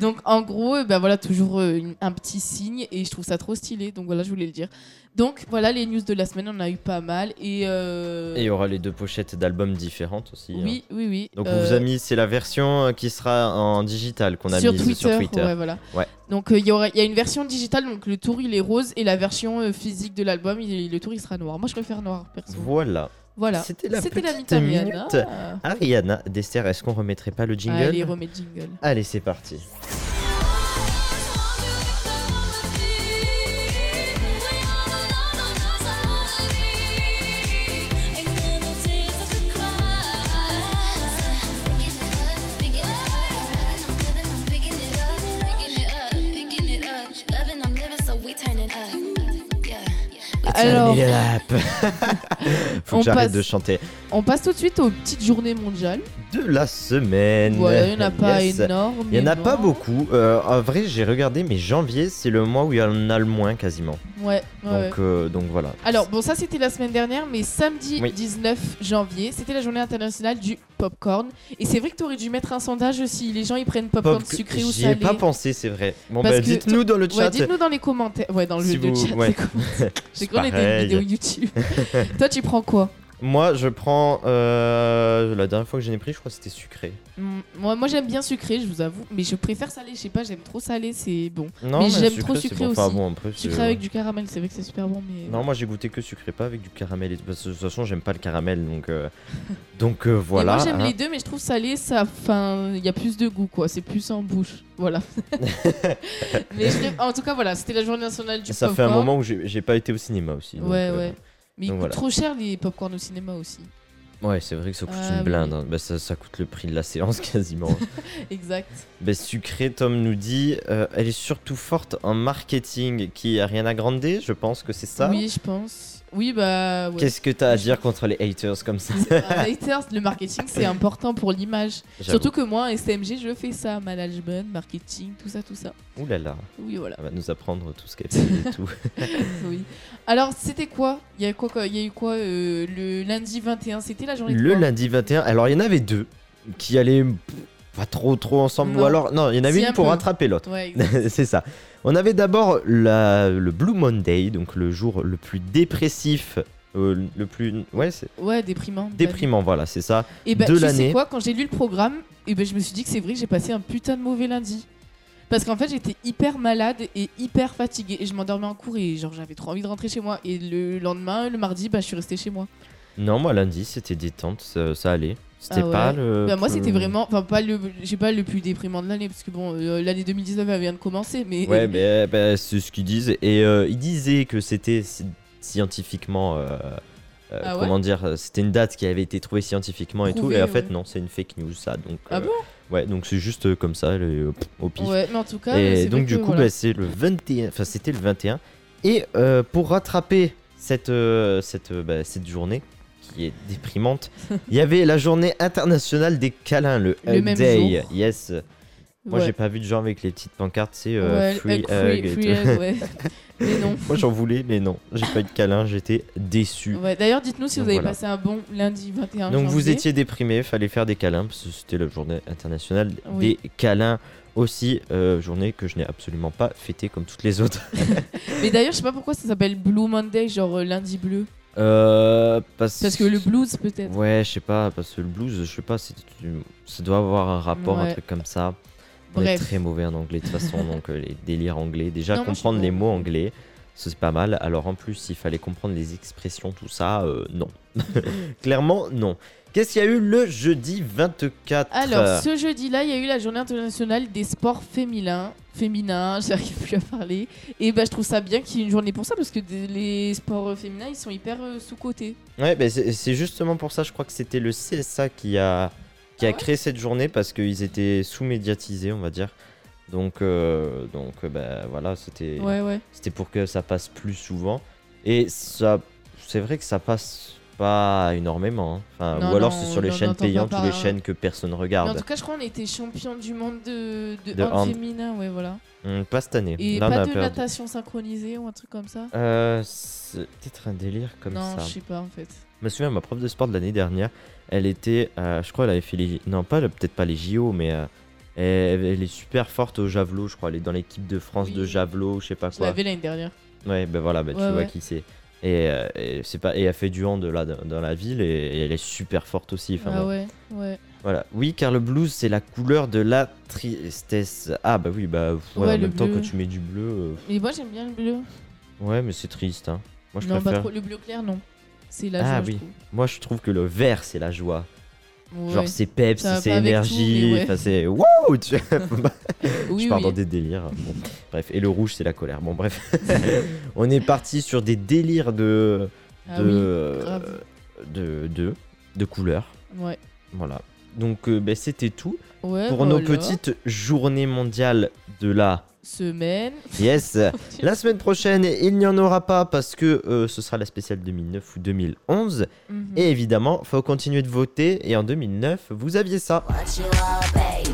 Speaker 3: donc en gros, euh, ben voilà, toujours euh, une- un petit signe et je trouve ça trop stylé. Donc voilà, je voulais le dire. Donc voilà les news de la semaine, on en a eu pas mal et. euh,
Speaker 1: Et il y aura les deux pochettes d'albums différentes aussi. hein.
Speaker 3: oui, oui, oui.
Speaker 1: Donc on
Speaker 3: euh,
Speaker 1: vous a mis, c'est la version euh, qui sera en digital qu'on a
Speaker 3: sur
Speaker 1: mise
Speaker 3: Twitter,
Speaker 1: sur Twitter.
Speaker 3: ouais, voilà.
Speaker 1: Ouais.
Speaker 3: Donc euh, il y aura, il y a une version digitale, donc le tour il est rose et la version euh, physique de l'album, il- le tour il sera noir. Moi je préfère noir perso.
Speaker 1: Voilà.
Speaker 3: Voilà.
Speaker 1: C'était la petite
Speaker 3: Mitamiana.
Speaker 1: minute. Ariana, Dester, est-ce qu'on remettrait pas le jingle
Speaker 3: Ah. Allez, remets le jingle.
Speaker 1: Allez, c'est parti.
Speaker 5: Picking it up, picking it up. Loving, I'm living, so we turning up. Yeah. We
Speaker 3: Alors-
Speaker 1: il est là. Faut
Speaker 3: On
Speaker 1: que j'arrête
Speaker 3: passe-
Speaker 1: de chanter.
Speaker 3: On passe tout de suite aux petites journées mondiales.
Speaker 1: De la semaine.
Speaker 3: Voilà, il n'y en a pas
Speaker 1: Yes.
Speaker 3: énorme.
Speaker 1: Il y en a pas beaucoup. Euh, en vrai, j'ai regardé, mais janvier, c'est le mois où il y en a le moins quasiment.
Speaker 3: Ouais, ouais, ouais.
Speaker 1: Donc, euh, donc voilà.
Speaker 3: Alors, bon, ça c'était la semaine dernière, mais samedi
Speaker 1: Oui.
Speaker 3: 19 janvier, c'était la journée internationale du popcorn. Et c'est vrai que tu aurais dû mettre un sondage si les gens ils prennent popcorn
Speaker 1: Pop-
Speaker 3: sucré ou
Speaker 1: J'y
Speaker 3: salé.
Speaker 1: ai pas pensé, c'est vrai. Bon,
Speaker 3: Parce
Speaker 1: bah,
Speaker 3: que-
Speaker 1: dites-nous dans le
Speaker 3: Ouais,
Speaker 1: chat.
Speaker 3: dites-nous dans les commentaires. Ouais, dans le,
Speaker 1: Si
Speaker 3: le
Speaker 1: vous-
Speaker 3: chat.
Speaker 1: ouais.
Speaker 3: les commentaires. J'ai
Speaker 1: C'est
Speaker 3: cru qu'on était
Speaker 1: pareil.
Speaker 3: une vidéo YouTube. Toi, tu prends quoi
Speaker 1: Moi, je prends. euh, la dernière fois que j'en ai pris, je crois que c'était sucré.
Speaker 3: Mm, Moi, moi j'aime bien sucré, je vous avoue, mais je préfère salé. Je sais pas, j'aime trop salé, c'est bon.
Speaker 1: Non,
Speaker 3: Mais j'aime
Speaker 1: sucré,
Speaker 3: trop
Speaker 1: c'est
Speaker 3: sucré
Speaker 1: bon. Enfin,
Speaker 3: aussi.
Speaker 1: bon, après, c'est- euh,
Speaker 3: Sucré avec du caramel, c'est vrai que c'est super bon, mais.
Speaker 1: Non, moi j'ai goûté que sucré, pas avec du caramel. Et... Parce que de toute façon, j'aime pas le caramel, donc euh, donc euh,
Speaker 3: Et
Speaker 1: voilà.
Speaker 3: moi j'aime
Speaker 1: hein.
Speaker 3: les deux, mais je trouve salé, ça, enfin, il y a plus de goût, quoi. C'est plus en bouche, voilà. mais je- en tout cas, voilà, c'était la journée nationale du
Speaker 1: Ça fait
Speaker 3: popcorn.
Speaker 1: un moment où j'ai j'ai pas été au cinéma aussi. donc,
Speaker 3: Ouais,
Speaker 1: euh,
Speaker 3: ouais. Mais ils
Speaker 1: donc
Speaker 3: coûtent
Speaker 1: voilà.
Speaker 3: trop cher les popcorn au cinéma aussi.
Speaker 1: Ouais, c'est vrai que ça coûte
Speaker 3: Ah,
Speaker 1: une
Speaker 3: oui.
Speaker 1: blinde. hein. Bah, ça, ça coûte le prix de la séance quasiment.
Speaker 3: Exact.
Speaker 1: bah, sucré, Tom nous dit, euh, elle est surtout forte en marketing. Qui a rien à grander, je pense que c'est ça.
Speaker 3: Oui, je pense. Oui, bah. Ouais.
Speaker 1: Qu'est-ce que t'as à dire contre les haters comme ça
Speaker 3: Un haters, le marketing, c'est important pour l'image.
Speaker 1: J'avoue.
Speaker 3: Surtout que moi, en STMG, je fais ça. Management, marketing, tout ça, tout ça.
Speaker 1: Ouh là là,
Speaker 3: Oui, voilà.
Speaker 1: elle va nous apprendre tout ce qu'elle fait et tout.
Speaker 3: Oui. Alors, c'était quoi Il y a quoi quoi Il y a eu quoi euh, le lundi 21 C'était la journée de
Speaker 1: Le
Speaker 3: quoi
Speaker 1: lundi 21, alors il y en avait deux qui allaient pas trop trop ensemble,
Speaker 3: Non.
Speaker 1: ou alors non, il y en avait
Speaker 3: Si,
Speaker 1: une
Speaker 3: un
Speaker 1: pour
Speaker 3: peu.
Speaker 1: rattraper l'autre.
Speaker 3: Ouais, exact.
Speaker 1: C'est ça. On avait d'abord la- le Blue Monday, donc le jour le plus dépressif, euh, le plus ouais, c'est
Speaker 3: ouais, déprimant. bah,
Speaker 1: déprimant, voilà, c'est ça.
Speaker 3: Et ben,
Speaker 1: de
Speaker 3: tu sais
Speaker 1: l'année.
Speaker 3: quoi Quand j'ai lu le programme, et ben, je me suis dit que c'est vrai que j'ai passé un putain de mauvais lundi. Parce qu'en fait, j'étais hyper malade et hyper fatiguée. Et je m'endormais en cours et genre j'avais trop envie de rentrer chez moi. Et le lendemain, le mardi, bah, je suis restée chez moi.
Speaker 1: Non, moi lundi c'était détente, ça, ça allait. C'était
Speaker 3: Ah ouais.
Speaker 1: pas le.
Speaker 3: Bah, moi, c'était
Speaker 1: plus-
Speaker 3: vraiment. Enfin, pas le. J'ai pas le plus déprimant de l'année. Parce que bon, euh, l'année 2019, elle vient de commencer. Mais.
Speaker 1: Ouais, mais bah, c'est ce qu'ils disent. Et euh, ils disaient que c'était sci- scientifiquement. euh, euh,
Speaker 3: Ah ouais
Speaker 1: comment dire, euh, c'était une date qui avait été trouvée scientifiquement et tout,
Speaker 3: Prouvée,
Speaker 1: et en
Speaker 3: ouais.
Speaker 1: fait non, c'est une fake news ça, donc euh,
Speaker 3: Ah bon
Speaker 1: ouais, donc c'est juste euh, comme ça, le- pff, au pif.
Speaker 3: Ouais, mais en tout cas. c'est
Speaker 1: et
Speaker 3: vrai
Speaker 1: donc du
Speaker 3: que,
Speaker 1: coup,
Speaker 3: voilà.
Speaker 1: bah, c'est le 21, enfin c'était le 21, et euh, pour rattraper cette euh, cette euh, bah, cette journée qui est déprimante, il y avait la journée internationale des câlins, le,
Speaker 3: Le
Speaker 1: Hug
Speaker 3: même
Speaker 1: Day,
Speaker 3: jour.
Speaker 1: yes. Moi,
Speaker 3: Ouais.
Speaker 1: j'ai pas vu de gens avec les petites pancartes, c'est euh,
Speaker 3: Ouais,
Speaker 1: free
Speaker 3: hug,
Speaker 1: hug et
Speaker 3: free- free
Speaker 1: tout.
Speaker 3: hug, ouais. Mais non.
Speaker 1: Moi, j'en voulais, mais non, j'ai pas eu de câlin, j'étais déçu.
Speaker 3: Ouais, D'ailleurs, dites-nous si
Speaker 1: Donc,
Speaker 3: vous avez
Speaker 1: voilà.
Speaker 3: passé un bon lundi 21
Speaker 1: Donc, vous
Speaker 3: janvier.
Speaker 1: étiez déprimé, fallait faire des câlins, parce que c'était la journée internationale
Speaker 3: Oui.
Speaker 1: des câlins aussi, euh, journée que je n'ai absolument pas fêtée comme toutes les autres.
Speaker 3: Mais d'ailleurs, je sais pas pourquoi ça s'appelle Blue Monday, genre euh, lundi bleu.
Speaker 1: Euh, parce...
Speaker 3: Parce que le blues, peut-être.
Speaker 1: Ouais, je sais pas, parce que le blues, je sais pas, c'est- ça doit avoir un rapport, un
Speaker 3: Ouais.
Speaker 1: truc comme ça. On est
Speaker 3: Bref.
Speaker 1: très mauvais en anglais de toute façon, donc euh, les délires anglais. Déjà,
Speaker 3: Non, moi, je suis
Speaker 1: comprendre les
Speaker 3: pas-
Speaker 1: mots anglais, ça, c'est pas mal. Alors en plus, il fallait comprendre les expressions, tout ça, euh, non. Clairement, non. Qu'est-ce qu'il y a eu le jeudi Euh, 24
Speaker 3: Alors, ce jeudi-là, il y a eu la journée internationale des sports féminins. Féminins, j'arrive plus à parler. Et bah, je trouve ça bien qu'il y ait une journée pour ça, parce que des- les sports euh, féminins, ils sont hyper euh, sous-cotés.
Speaker 1: Ouais, bah, c'est c'est justement pour ça, je crois que c'était le CSA qui a, qui a
Speaker 3: Ah ouais
Speaker 1: créé cette journée parce qu'ils étaient sous-médiatisés, on va dire. Donc, euh, donc euh, bah, voilà, c'était.
Speaker 3: Ouais, ouais.
Speaker 1: C'était pour que ça passe plus souvent. Et ça, c'est vrai que ça passe pas énormément. hein. Enfin,
Speaker 3: Non,
Speaker 1: ou alors
Speaker 3: non,
Speaker 1: c'est sur les
Speaker 3: on en
Speaker 1: chaînes
Speaker 3: entend pas
Speaker 1: payantes ou les
Speaker 3: parler.
Speaker 1: chaînes que personne
Speaker 3: Mais en
Speaker 1: regarde.
Speaker 3: tout cas, je crois qu'on était champion du monde de, de,
Speaker 1: De
Speaker 3: hand
Speaker 1: hand.
Speaker 3: féminin, ouais, voilà.
Speaker 1: Hmm, pas cette année.
Speaker 3: Et
Speaker 1: Là, on
Speaker 3: pas
Speaker 1: a
Speaker 3: de
Speaker 1: perdu.
Speaker 3: natation synchronisée ou un truc comme ça
Speaker 1: Euh, c'est peut-être un délire comme
Speaker 3: Non,
Speaker 1: ça.
Speaker 3: je sais pas, en fait.
Speaker 1: Je me souviens, ma prof de sport de l'année dernière, elle était, euh, je crois, elle avait fait les, non pas le- peut-être pas les JO, mais euh, elle, elle est super forte au javelot, je crois. Elle est dans l'équipe de France de
Speaker 3: Oui.
Speaker 1: javelot, je sais pas
Speaker 3: Je
Speaker 1: quoi.
Speaker 3: l'avais l'année dernière.
Speaker 1: Ouais, ben voilà, ben,
Speaker 3: Ouais,
Speaker 1: tu vois
Speaker 3: ouais.
Speaker 1: qui c'est. Et, euh, et c'est pas et elle fait du hand là dans, dans la ville et, et elle est super forte aussi. Enfin,
Speaker 3: ah
Speaker 1: bon,
Speaker 3: ouais, ouais.
Speaker 1: Voilà. Oui, car le blues c'est la couleur de la tristesse. Ah bah oui, bah ouais,
Speaker 3: Ouais,
Speaker 1: en
Speaker 3: le
Speaker 1: même temps
Speaker 3: bleu.
Speaker 1: quand tu mets du bleu,
Speaker 3: Mais moi, j'aime bien le bleu.
Speaker 1: euh, ouais, mais c'est triste. Hein. Moi je
Speaker 3: non, pas
Speaker 1: préfère.
Speaker 3: trop. Le bleu clair, non. C'est la
Speaker 1: Ah
Speaker 3: joie,
Speaker 1: oui.
Speaker 3: je trouve.
Speaker 1: Moi je trouve que le vert c'est la joie. Genre
Speaker 3: Ouais.
Speaker 1: c'est peps,
Speaker 3: Ça va
Speaker 1: c'est
Speaker 3: pas avec tout,
Speaker 1: énergie,
Speaker 3: mais ouais.
Speaker 1: enfin, c'est waouh. tu-
Speaker 3: Oui,
Speaker 1: je pars
Speaker 3: oui.
Speaker 1: dans des délires. hein. Bon, bref, et le rouge c'est la colère. Bon bref, on est parti sur des délires de
Speaker 3: Ah oui,
Speaker 1: de,
Speaker 3: grave.
Speaker 1: de, de, de couleurs.
Speaker 3: Ouais.
Speaker 1: Voilà. Donc euh, ben, c'était tout
Speaker 3: Ouais,
Speaker 1: pour nos
Speaker 3: voilà.
Speaker 1: petites journées mondiales de la
Speaker 3: semaine.
Speaker 1: Yes. La semaine prochaine, il n'y en aura pas parce que euh, ce sera la spéciale 2009 ou 2011.
Speaker 3: Mhm.
Speaker 1: Et évidemment, faut continuer de voter. Et en 2009, vous aviez ça.
Speaker 5: What you are, baby.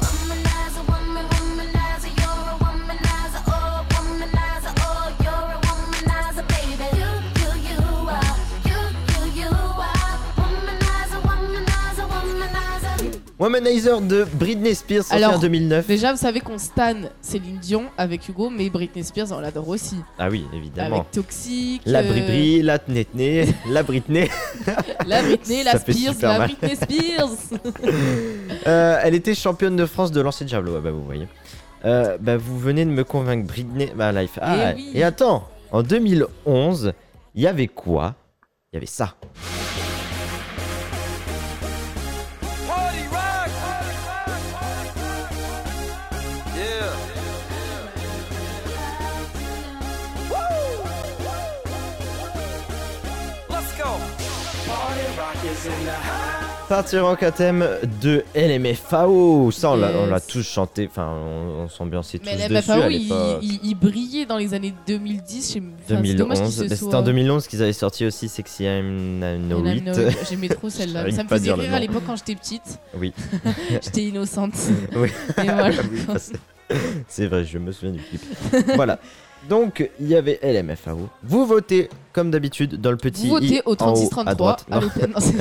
Speaker 5: Womanizer, woman, womanizer, you're a womanizer, oh, womanizer, oh, you're a womanizer, baby. You, you, you are, you, you, you are, womanizer, womanizer, womanizer.
Speaker 1: Womanizer de Britney Spears, sorti
Speaker 3: Alors,
Speaker 1: en 2009.
Speaker 3: Déjà, vous savez qu'on stan Céline Dion avec Hugo, mais Britney Spears, on l'adore aussi.
Speaker 1: Ah oui, évidemment.
Speaker 3: Avec Toxic,
Speaker 1: La
Speaker 3: euh,
Speaker 1: Bribri, la Tnetné, la Britney.
Speaker 3: la Britney,
Speaker 1: Ça
Speaker 3: la
Speaker 1: fait
Speaker 3: Spears,
Speaker 1: super
Speaker 3: la
Speaker 1: mal.
Speaker 3: Britney Spears.
Speaker 1: Euh, elle était championne de France de lancer de javelot. Ah bah vous voyez. Euh, bah vous venez de me convaincre, Britney. Bah life. Ah,
Speaker 3: Eh oui.
Speaker 1: et attends, en 2011, il y avait quoi Il y avait ça.
Speaker 4: Party rock! Yeah. Woo! Let's go. Party rock is in the house.
Speaker 1: Partir en thème de LMFAO. Ça, on l'a-
Speaker 3: Yes.
Speaker 1: on l'a tous chanté. Enfin, on, on s'ambiançait tous
Speaker 3: Mais la
Speaker 1: dessus à
Speaker 3: FAO, il,
Speaker 1: l'époque.
Speaker 3: il- il brillait dans les années 2010. chez- enfin, c'est dommage qu'il
Speaker 1: 2011.
Speaker 3: se
Speaker 1: Bah,
Speaker 3: soit-
Speaker 1: C'était en 2011 qu'ils avaient sorti aussi Sexy I'm
Speaker 3: Elle
Speaker 1: No
Speaker 3: a
Speaker 1: It.
Speaker 3: une- J'aimais trop celle-là.
Speaker 1: J'arrive
Speaker 3: Ça me
Speaker 1: pas à
Speaker 3: faisait
Speaker 1: dire le
Speaker 3: rire à
Speaker 1: nom.
Speaker 3: l'époque quand j'étais petite.
Speaker 1: Oui.
Speaker 3: j'étais innocente.
Speaker 1: Oui.
Speaker 3: Et voilà.
Speaker 1: Oui, bah, c'est- C'est vrai, je me souviens du clip. voilà. Donc, il y avait LMFAO. Vous votez, comme d'habitude, dans le petit
Speaker 3: Vous votez
Speaker 1: i
Speaker 3: au
Speaker 1: en haut, à
Speaker 3: 36-33
Speaker 1: droite.
Speaker 3: à l'open. Non, c'est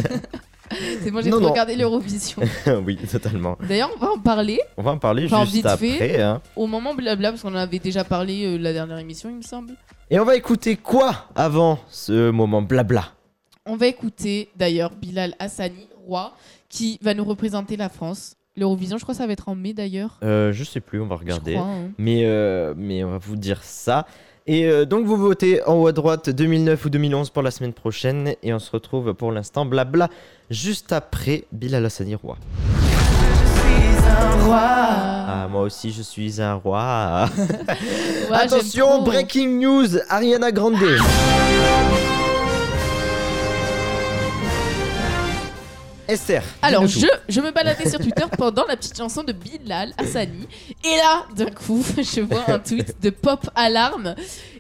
Speaker 3: c'est moi, j'ai
Speaker 1: Non,
Speaker 3: trop
Speaker 1: non.
Speaker 3: regardé l'Eurovision.
Speaker 1: Non, oui, totalement.
Speaker 3: D'ailleurs, on va en parler
Speaker 1: On va en parler
Speaker 3: Enfin,
Speaker 1: juste
Speaker 3: vite
Speaker 1: après.
Speaker 3: fait.
Speaker 1: hein.
Speaker 3: au moment blabla, parce qu'on en avait déjà parlé euh, la dernière émission, il me semble.
Speaker 1: Et on va écouter quoi avant ce moment blabla
Speaker 3: On va écouter d'ailleurs Bilal Hassani, roi, qui va nous représenter la France. L'Eurovision, je crois que ça va être en mai d'ailleurs.
Speaker 1: Euh, Je sais plus, on va
Speaker 3: Je
Speaker 1: regarder.
Speaker 3: crois, hein.
Speaker 1: Mais, euh, mais on va vous dire ça. Et euh, donc vous votez en haut à droite 2009 ou 2011 pour la semaine prochaine. Et on se retrouve pour l'instant blabla juste après Bilal Hassani Roi. Ah moi aussi je suis un roi.
Speaker 3: Ouais, j'aime
Speaker 1: Attention,
Speaker 3: trop.
Speaker 1: breaking news, Ariana Grande. Esther.
Speaker 3: Alors,
Speaker 1: dis-nous
Speaker 3: je, je me baladais sur Twitter pendant la petite chanson de Bilal Hassani. Et là, d'un coup, je vois un tweet de Pop Alarm.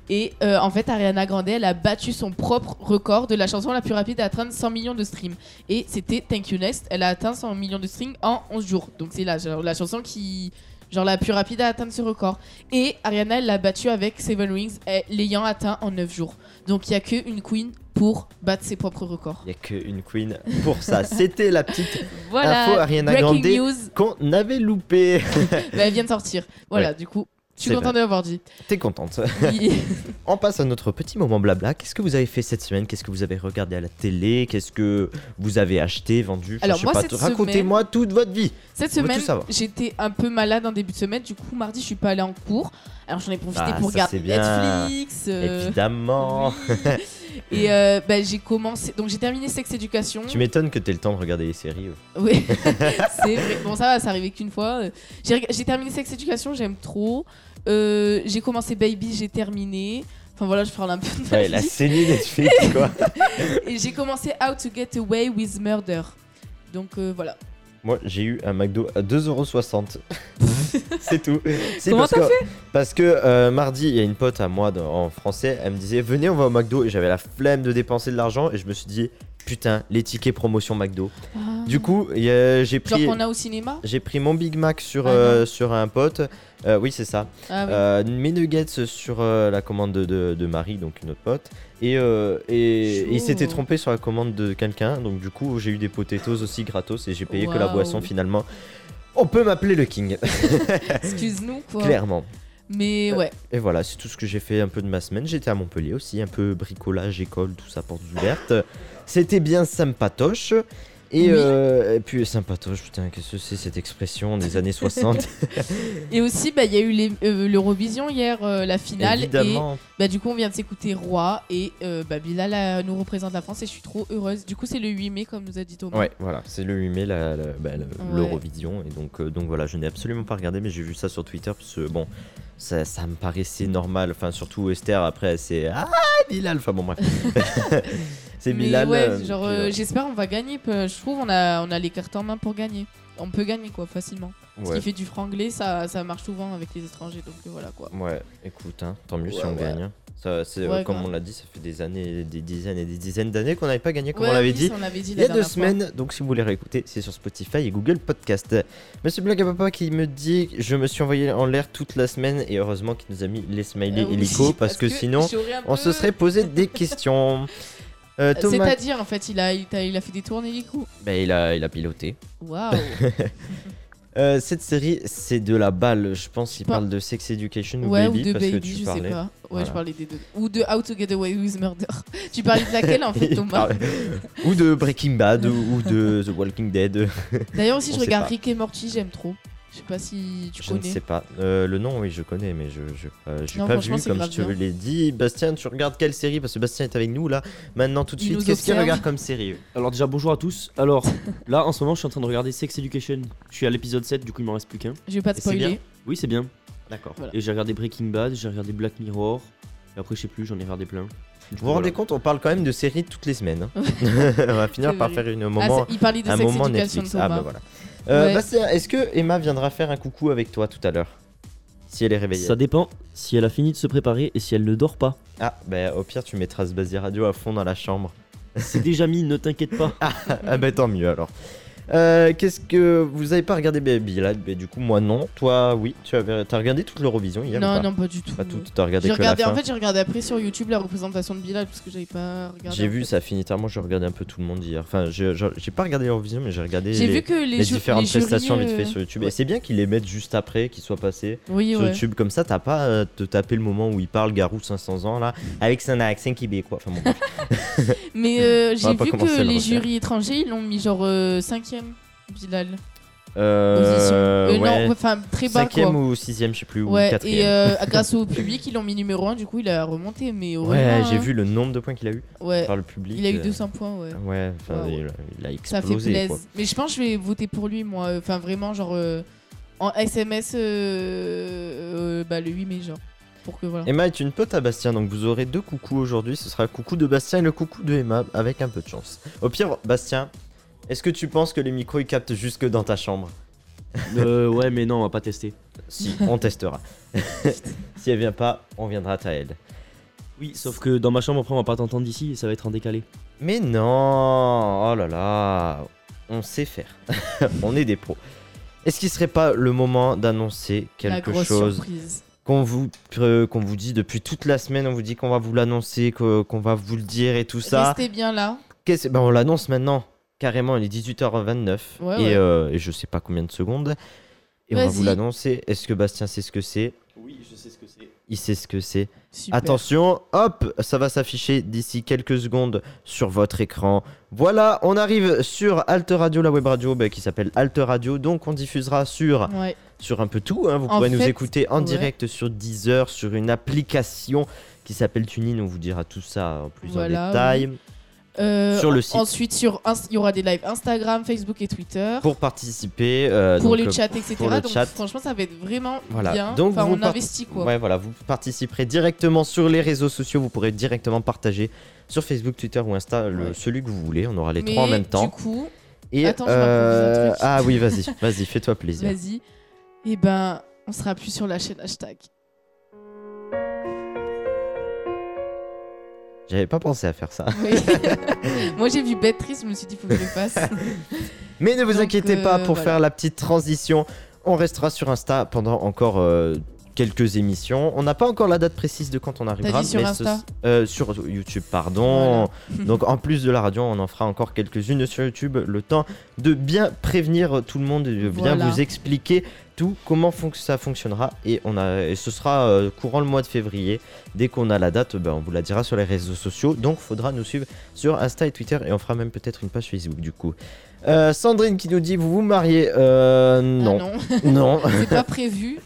Speaker 3: Et euh, en fait, Ariana Grande, elle a battu son propre record de la chanson la plus rapide à atteindre 100 millions de streams. Et c'était Thank You Next. Elle a atteint 100 millions de streams en 11 jours. Donc, c'est la, genre, la chanson qui. Genre la plus rapide à atteindre ce record. Et Ariana, elle l'a battu avec Seven Rings, elle- l'ayant atteint en 9 jours. Donc il n'y a qu'une queen pour battre ses propres records.
Speaker 1: tout. Il n'y a qu'une queen pour ça. C'était la petite
Speaker 3: Voilà.
Speaker 1: info Ariana
Speaker 3: Breaking
Speaker 1: Grande
Speaker 3: news.
Speaker 1: qu'on avait loupée.
Speaker 3: Bah, elle vient de sortir. Voilà, du coup, je suis
Speaker 1: C'est
Speaker 3: contente de l'avoir dit.
Speaker 1: T'es contente.
Speaker 3: Oui.
Speaker 1: On passe à notre petit moment blabla. Qu'est-ce que vous avez fait cette semaine Qu'est-ce que vous avez regardé à la télé Qu'est-ce que vous avez acheté, vendu Enfin,
Speaker 3: Alors,
Speaker 1: je sais
Speaker 3: moi,
Speaker 1: pas,
Speaker 3: cette
Speaker 1: tout- Racontez-moi toute votre vie.
Speaker 3: Cette
Speaker 1: On veut tout
Speaker 3: semaine,
Speaker 1: savoir.
Speaker 3: j'étais un peu malade en début de semaine. Du coup, mardi, je suis pas allée en cours. Alors, j'en ai profité
Speaker 1: Ah,
Speaker 3: pour
Speaker 1: ça,
Speaker 3: regarder
Speaker 1: c'est bien.
Speaker 3: Netflix. euh,
Speaker 1: Évidemment.
Speaker 3: oui. Et euh, bah, j'ai commencé. Donc, j'ai terminé Sex Education.
Speaker 1: Tu m'étonnes que t'aies le temps de regarder les séries. euh.
Speaker 3: Oui, c'est vrai. Bon, ça va, ça arrivait qu'une fois. J'ai reg- j'ai terminé Sex Education, j'aime trop. Euh, j'ai commencé Baby, j'ai terminé. Enfin voilà, je parle un peu de ma
Speaker 1: Ouais, la
Speaker 3: vie.
Speaker 1: série Netflix, quoi.
Speaker 3: Et j'ai commencé How to Get Away with Murder. Donc euh, voilà.
Speaker 1: Moi, j'ai eu un McDo à 2,60€. c'est tout. Si,
Speaker 3: Comment
Speaker 1: parce
Speaker 3: t'as
Speaker 1: que, Parce que euh, mardi, il y a une pote à moi dans- en français, elle me disait Venez, on va au McDo. Et j'avais la flemme de dépenser de l'argent. Et je me suis dit Putain, les tickets promotion McDo. Du coup, il y a- j'ai
Speaker 3: Genre
Speaker 1: pris.
Speaker 3: qu'on a au cinéma
Speaker 1: J'ai pris mon Big Mac sur,
Speaker 3: Ah
Speaker 1: euh, sur un pote. Euh, oui, c'est ça.
Speaker 3: Ah oui.
Speaker 1: Euh, mes nuggets sur euh, la commande de, de- de Marie, donc une autre pote. Et, euh, et- et
Speaker 3: Chaud.
Speaker 1: il s'était trompé sur la commande de quelqu'un. Donc, du coup, j'ai eu des potatoes aussi gratos et j'ai payé que la
Speaker 3: Waouh.
Speaker 1: boisson finalement. On peut m'appeler le King,
Speaker 3: Excuse-nous quoi.
Speaker 1: clairement.
Speaker 3: Mais ouais.
Speaker 1: Et voilà, c'est tout ce que j'ai fait un peu de ma semaine. J'étais à Montpellier aussi, un peu bricolage, école, tout ça, portes ouvertes. C'était bien sympatoche. Et,
Speaker 3: Oui.
Speaker 1: euh, et puis sympatoche, putain, qu'est-ce que c'est cette expression des années 60
Speaker 3: Et aussi, bah, il y a eu les- euh, l'Eurovision hier, euh, la finale. Et
Speaker 1: Évidemment.
Speaker 3: bah, du coup, on vient de s'écouter Roi. Et euh, bah, Bilal euh, nous représente la France et je suis trop heureuse. Du coup, c'est le 8 mai, comme nous a dit Thomas.
Speaker 1: Ouais, voilà, c'est le 8 mai, la- la- bah, le-
Speaker 3: Ouais.
Speaker 1: l'Eurovision. Et donc, euh, donc voilà, je n'ai absolument pas regardé, mais j'ai vu ça sur Twitter, parce que bon, ça, ça me paraissait normal. Enfin, surtout Esther, après, elle s'est. Ah, Bilal Enfin bon, bref. c'est
Speaker 3: Mais
Speaker 1: Bilal.
Speaker 3: ouais,
Speaker 1: euh,
Speaker 3: genre,
Speaker 1: puis,
Speaker 3: euh,
Speaker 1: euh,
Speaker 3: j'espère on va gagner. peu- Je trouve on a, on a les cartes en main pour gagner. on peut gagner quoi facilement. Ce
Speaker 1: Ouais.
Speaker 3: qui fait du franglais, ça, ça marche souvent avec les étrangers, donc euh, voilà quoi.
Speaker 1: Ouais, écoute, hein, tant mieux si
Speaker 3: Ouais,
Speaker 1: on
Speaker 3: ouais.
Speaker 1: gagne. hein. Ça, c'est, euh,
Speaker 3: Ouais,
Speaker 1: comme
Speaker 3: grave.
Speaker 1: on l'a dit, ça fait des années, des dizaines et des dizaines d'années qu'on n'avait pas gagné, comme
Speaker 3: Ouais,
Speaker 1: on l'avait
Speaker 3: oui,
Speaker 1: dit.
Speaker 3: ça, on l'avait dit
Speaker 1: Il
Speaker 3: la
Speaker 1: y a deux
Speaker 3: dernière fois.
Speaker 1: semaines, donc si vous voulez réécouter, c'est sur Spotify et Google Podcast. Monsieur Blague à Papa qui me dit Je me suis envoyé en l'air toute la semaine et heureusement qu'il nous a mis les smileys
Speaker 3: Ah oui,
Speaker 1: hélico parce que sinon
Speaker 3: j'aurais un
Speaker 1: on
Speaker 3: peu-
Speaker 1: se serait posé des questions. Euh, Thomas,
Speaker 3: C'est-à-dire, en fait, il a, il, a, il a fait des tournées du coup.
Speaker 1: bah, il, a, il a piloté.
Speaker 3: Waouh
Speaker 1: Euh, cette série, c'est de la balle. Je pense qu'il
Speaker 3: Pas-
Speaker 1: parle de Sex Education ou
Speaker 3: Bah. Ouais,
Speaker 1: Baby
Speaker 3: ou de
Speaker 1: parce que
Speaker 3: Baby,
Speaker 1: tu
Speaker 3: je
Speaker 1: parlais.
Speaker 3: sais pas. Ouais,
Speaker 1: Voilà.
Speaker 3: je parlais des deux. Ou de How to Get Away with Murder. tu parlais de laquelle en fait,
Speaker 1: Il
Speaker 3: Thomas
Speaker 1: parle- ou de Breaking Bad ou ou de The Walking Dead.
Speaker 3: D'ailleurs, aussi,
Speaker 1: On
Speaker 3: je
Speaker 1: sait
Speaker 3: regarde
Speaker 1: pas.
Speaker 3: Rick et Morty, j'aime trop. Je sais pas si tu
Speaker 1: Je ne
Speaker 3: connais.
Speaker 1: sais pas. Euh, le nom, oui, je connais, mais je je euh, j'ai
Speaker 3: Non,
Speaker 1: pas vu
Speaker 3: franchement, c'est
Speaker 1: comme je te
Speaker 3: grave bien.
Speaker 1: l'ai dit. Bastien, tu regardes quelle série Parce que Bastien est avec nous là, maintenant tout de
Speaker 3: Il
Speaker 1: suite.
Speaker 3: nous
Speaker 1: Qu'est-ce qu'il
Speaker 3: observe.
Speaker 1: regarde comme série
Speaker 6: Alors déjà bonjour à tous. Alors là en ce moment je suis en train de regarder Sex Education. Je suis à l'épisode 7 du coup il m'en reste plus qu'un.
Speaker 3: Je vais pas te
Speaker 1: Et c'est bien.
Speaker 3: spoiler.
Speaker 6: Oui c'est bien.
Speaker 1: D'accord.
Speaker 3: Voilà.
Speaker 6: Et j'ai regardé Breaking Bad, j'ai regardé Black Mirror. Et après je sais plus, j'en ai regardé plein.
Speaker 1: Vous vous rendez compte, on parle quand même de séries toutes les semaines. hein. on va finir
Speaker 3: C'est
Speaker 1: par
Speaker 3: vrai.
Speaker 1: faire une au
Speaker 3: Ah,
Speaker 1: moment,
Speaker 3: c'est- il parlait de
Speaker 1: un
Speaker 3: sex
Speaker 1: moment
Speaker 3: education,
Speaker 1: Netflix.
Speaker 3: Thomas.
Speaker 1: Ah bah voilà. Euh,
Speaker 3: Ouais.
Speaker 1: Bastien, est-ce que Emma viendra faire un coucou avec toi tout à l'heure Si elle est réveillée.
Speaker 6: Ça dépend si elle a fini de se préparer et si elle ne dort pas.
Speaker 1: Ah bah au pire tu mettras ce Basie Radio à fond dans la chambre.
Speaker 6: C'est déjà mis, ne t'inquiète pas.
Speaker 1: Ah bah tant mieux alors. Euh, Qu'est-ce que vous avez pas regardé Baby là Bah, Du coup moi non. Toi oui. Tu avais t'as regardé toute l'Eurovision hier ou
Speaker 3: Non,
Speaker 1: pas
Speaker 3: non, pas du tout.
Speaker 1: Pas tout. T'as regardé
Speaker 3: J'ai
Speaker 1: que
Speaker 3: regardé,
Speaker 1: la fin.
Speaker 3: en fait, j'ai regardé après sur YouTube la représentation de Bilal parce que j'avais pas regardé.
Speaker 1: j'ai
Speaker 3: en
Speaker 1: vu
Speaker 3: fait.
Speaker 1: ça finitairement. Je regardais un peu tout le monde hier. Enfin je- je- j'ai pas regardé l'Eurovision mais j'ai regardé
Speaker 3: J'ai
Speaker 1: les,
Speaker 3: vu que les,
Speaker 1: les
Speaker 3: ju-
Speaker 1: différentes
Speaker 3: les jurys,
Speaker 1: prestations vite
Speaker 3: euh,
Speaker 1: fait sur YouTube. Et
Speaker 3: ouais.
Speaker 1: c'est bien qu'ils les mettent juste après, qu'ils soient passés.
Speaker 3: Oui,
Speaker 1: Sur
Speaker 3: ouais.
Speaker 1: YouTube, comme ça, t'as pas euh, te taper le moment où il parle Garou 500 ans là, avec son accent québécois. Enfin, bon, bref.
Speaker 3: Mais euh,
Speaker 1: Hmm. va
Speaker 3: j'ai
Speaker 1: pas
Speaker 3: vu
Speaker 1: commencer à
Speaker 3: que
Speaker 1: le
Speaker 3: les
Speaker 1: refaire.
Speaker 3: jurys étrangers, ils l'ont mis genre 5ème, Bilal. position.
Speaker 1: Euh,
Speaker 3: Euh,
Speaker 1: ouais,
Speaker 3: Non, enfin, très bas quoi.
Speaker 1: cinquième ou sixième, je sais plus, ou
Speaker 3: Ouais,
Speaker 1: quatrième.
Speaker 3: et euh, grâce au public, ils l'ont mis numéro 1, du coup, il a remonté. Mais
Speaker 1: Ouais,
Speaker 3: heureusement,
Speaker 1: j'ai
Speaker 3: hein.
Speaker 1: vu le nombre de points qu'il a eu
Speaker 3: Ouais,
Speaker 1: par le public.
Speaker 3: il a eu
Speaker 1: euh,
Speaker 3: 200 points, ouais.
Speaker 1: Ouais, enfin,
Speaker 3: Ouais, ouais.
Speaker 1: Il, a- il a
Speaker 3: Ça fait
Speaker 1: explosé.
Speaker 3: plaise.
Speaker 1: quoi.
Speaker 3: Mais je pense que je vais voter pour lui, moi. Enfin, vraiment, genre euh, en SMS euh, euh, bah, le 8 mai, genre. Pour que voilà.
Speaker 1: Emma est une pote à Bastien, donc vous aurez deux coucous aujourd'hui. Ce sera le coucou de Bastien et le coucou de Emma, avec un peu de chance. Au pire, Bastien, est-ce que tu penses que les micros ils captent jusque dans ta chambre
Speaker 6: Euh, ouais mais non, on va pas tester.
Speaker 1: Si, on testera. si elle vient pas, on viendra à elle.
Speaker 6: Oui, sauf que dans ma chambre après on va pas t'entendre d'ici et ça va être en décalé.
Speaker 1: Mais non Oh là là On sait faire. on est des pros. Est-ce qu'il serait pas le moment d'annoncer
Speaker 3: La
Speaker 1: quelque
Speaker 3: grosse
Speaker 1: chose
Speaker 3: surprise.
Speaker 1: qu'on vous, euh, qu'on vous dit depuis toute la semaine, on vous dit qu'on va vous l'annoncer, que- qu'on va vous le dire et tout ça.
Speaker 3: Restez bien là.
Speaker 1: Qu'est-ce- ben, on l'annonce maintenant, carrément, il est 18h29
Speaker 3: Ouais,
Speaker 1: et,
Speaker 3: ouais.
Speaker 1: euh, et je sais pas combien de secondes. Et on va
Speaker 3: Vas-y.
Speaker 1: vous l'annoncer. Est-ce que Bastien sait ce que c'est
Speaker 6: Oui, je sais ce que c'est.
Speaker 1: Il sait ce que c'est.
Speaker 3: Super.
Speaker 1: Attention, hop, ça va s'afficher d'ici quelques secondes sur votre écran. Voilà, on arrive sur Alter Radio, la web radio bah, qui s'appelle Alter Radio. Donc on diffusera sur
Speaker 3: Ouais.
Speaker 1: sur un peu tout. hein. Vous
Speaker 3: En
Speaker 1: pourrez nous
Speaker 3: fait,
Speaker 1: écouter en
Speaker 3: ouais.
Speaker 1: direct sur Deezer, sur une application qui s'appelle TuneIn. On vous dira tout ça en plus en
Speaker 3: Voilà,
Speaker 1: détail.
Speaker 3: Euh,
Speaker 1: Sur le site.
Speaker 3: Ensuite, sur Inst- il y aura des lives Instagram, Facebook et Twitter.
Speaker 1: Pour participer. euh,
Speaker 3: pour
Speaker 1: donc,
Speaker 3: les
Speaker 1: euh,
Speaker 3: chats, etc.
Speaker 1: pour le
Speaker 3: donc
Speaker 1: chat.
Speaker 3: franchement, ça va être vraiment
Speaker 1: Voilà.
Speaker 3: bien.
Speaker 1: Donc,
Speaker 3: enfin,
Speaker 1: vous
Speaker 3: on
Speaker 1: part-
Speaker 3: investit quoi.
Speaker 1: Ouais, voilà, vous participerez directement sur les réseaux sociaux. Vous pourrez directement partager sur Facebook, Twitter ou Insta le-
Speaker 3: Ouais.
Speaker 1: celui que vous voulez. On aura les
Speaker 3: Mais
Speaker 1: trois en même temps.
Speaker 3: Du coup,
Speaker 1: Et
Speaker 3: Attends, je m'improvise un truc.
Speaker 1: ah oui, vas-y, vas-y, fais-toi plaisir.
Speaker 3: vas-y. Et ben, on sera plus sur la chaîne hashtag.
Speaker 1: J'avais pas pensé à faire ça.
Speaker 3: Oui. Moi, j'ai vu Béatrice, je me suis dit, faut que je le fasse.
Speaker 1: Mais ne vous
Speaker 3: Donc,
Speaker 1: inquiétez pas
Speaker 3: euh,
Speaker 1: pour
Speaker 3: voilà.
Speaker 1: faire la petite transition. On restera sur Insta pendant encore euh, quelques émissions. On n'a pas encore la date précise de quand on arrivera.
Speaker 3: dit sur
Speaker 1: mais
Speaker 3: Insta
Speaker 1: euh, sur YouTube, pardon. Donc en plus de la radio, on en fera encore quelques-unes sur YouTube. Le temps de bien prévenir tout le monde, et de bien
Speaker 3: Voilà.
Speaker 1: vous expliquer tout comment fon- ça fonctionnera. Et, on a, et ce sera euh, courant le mois de février. Dès qu'on a la date, ben, on vous la dira sur les réseaux sociaux. Donc faudra nous suivre sur Insta et Twitter. Et on fera même peut-être une page Facebook du coup. Euh, Sandrine qui nous dit vous vous mariez euh,
Speaker 3: Ah
Speaker 1: non
Speaker 3: non.
Speaker 1: non
Speaker 3: c'est pas prévu.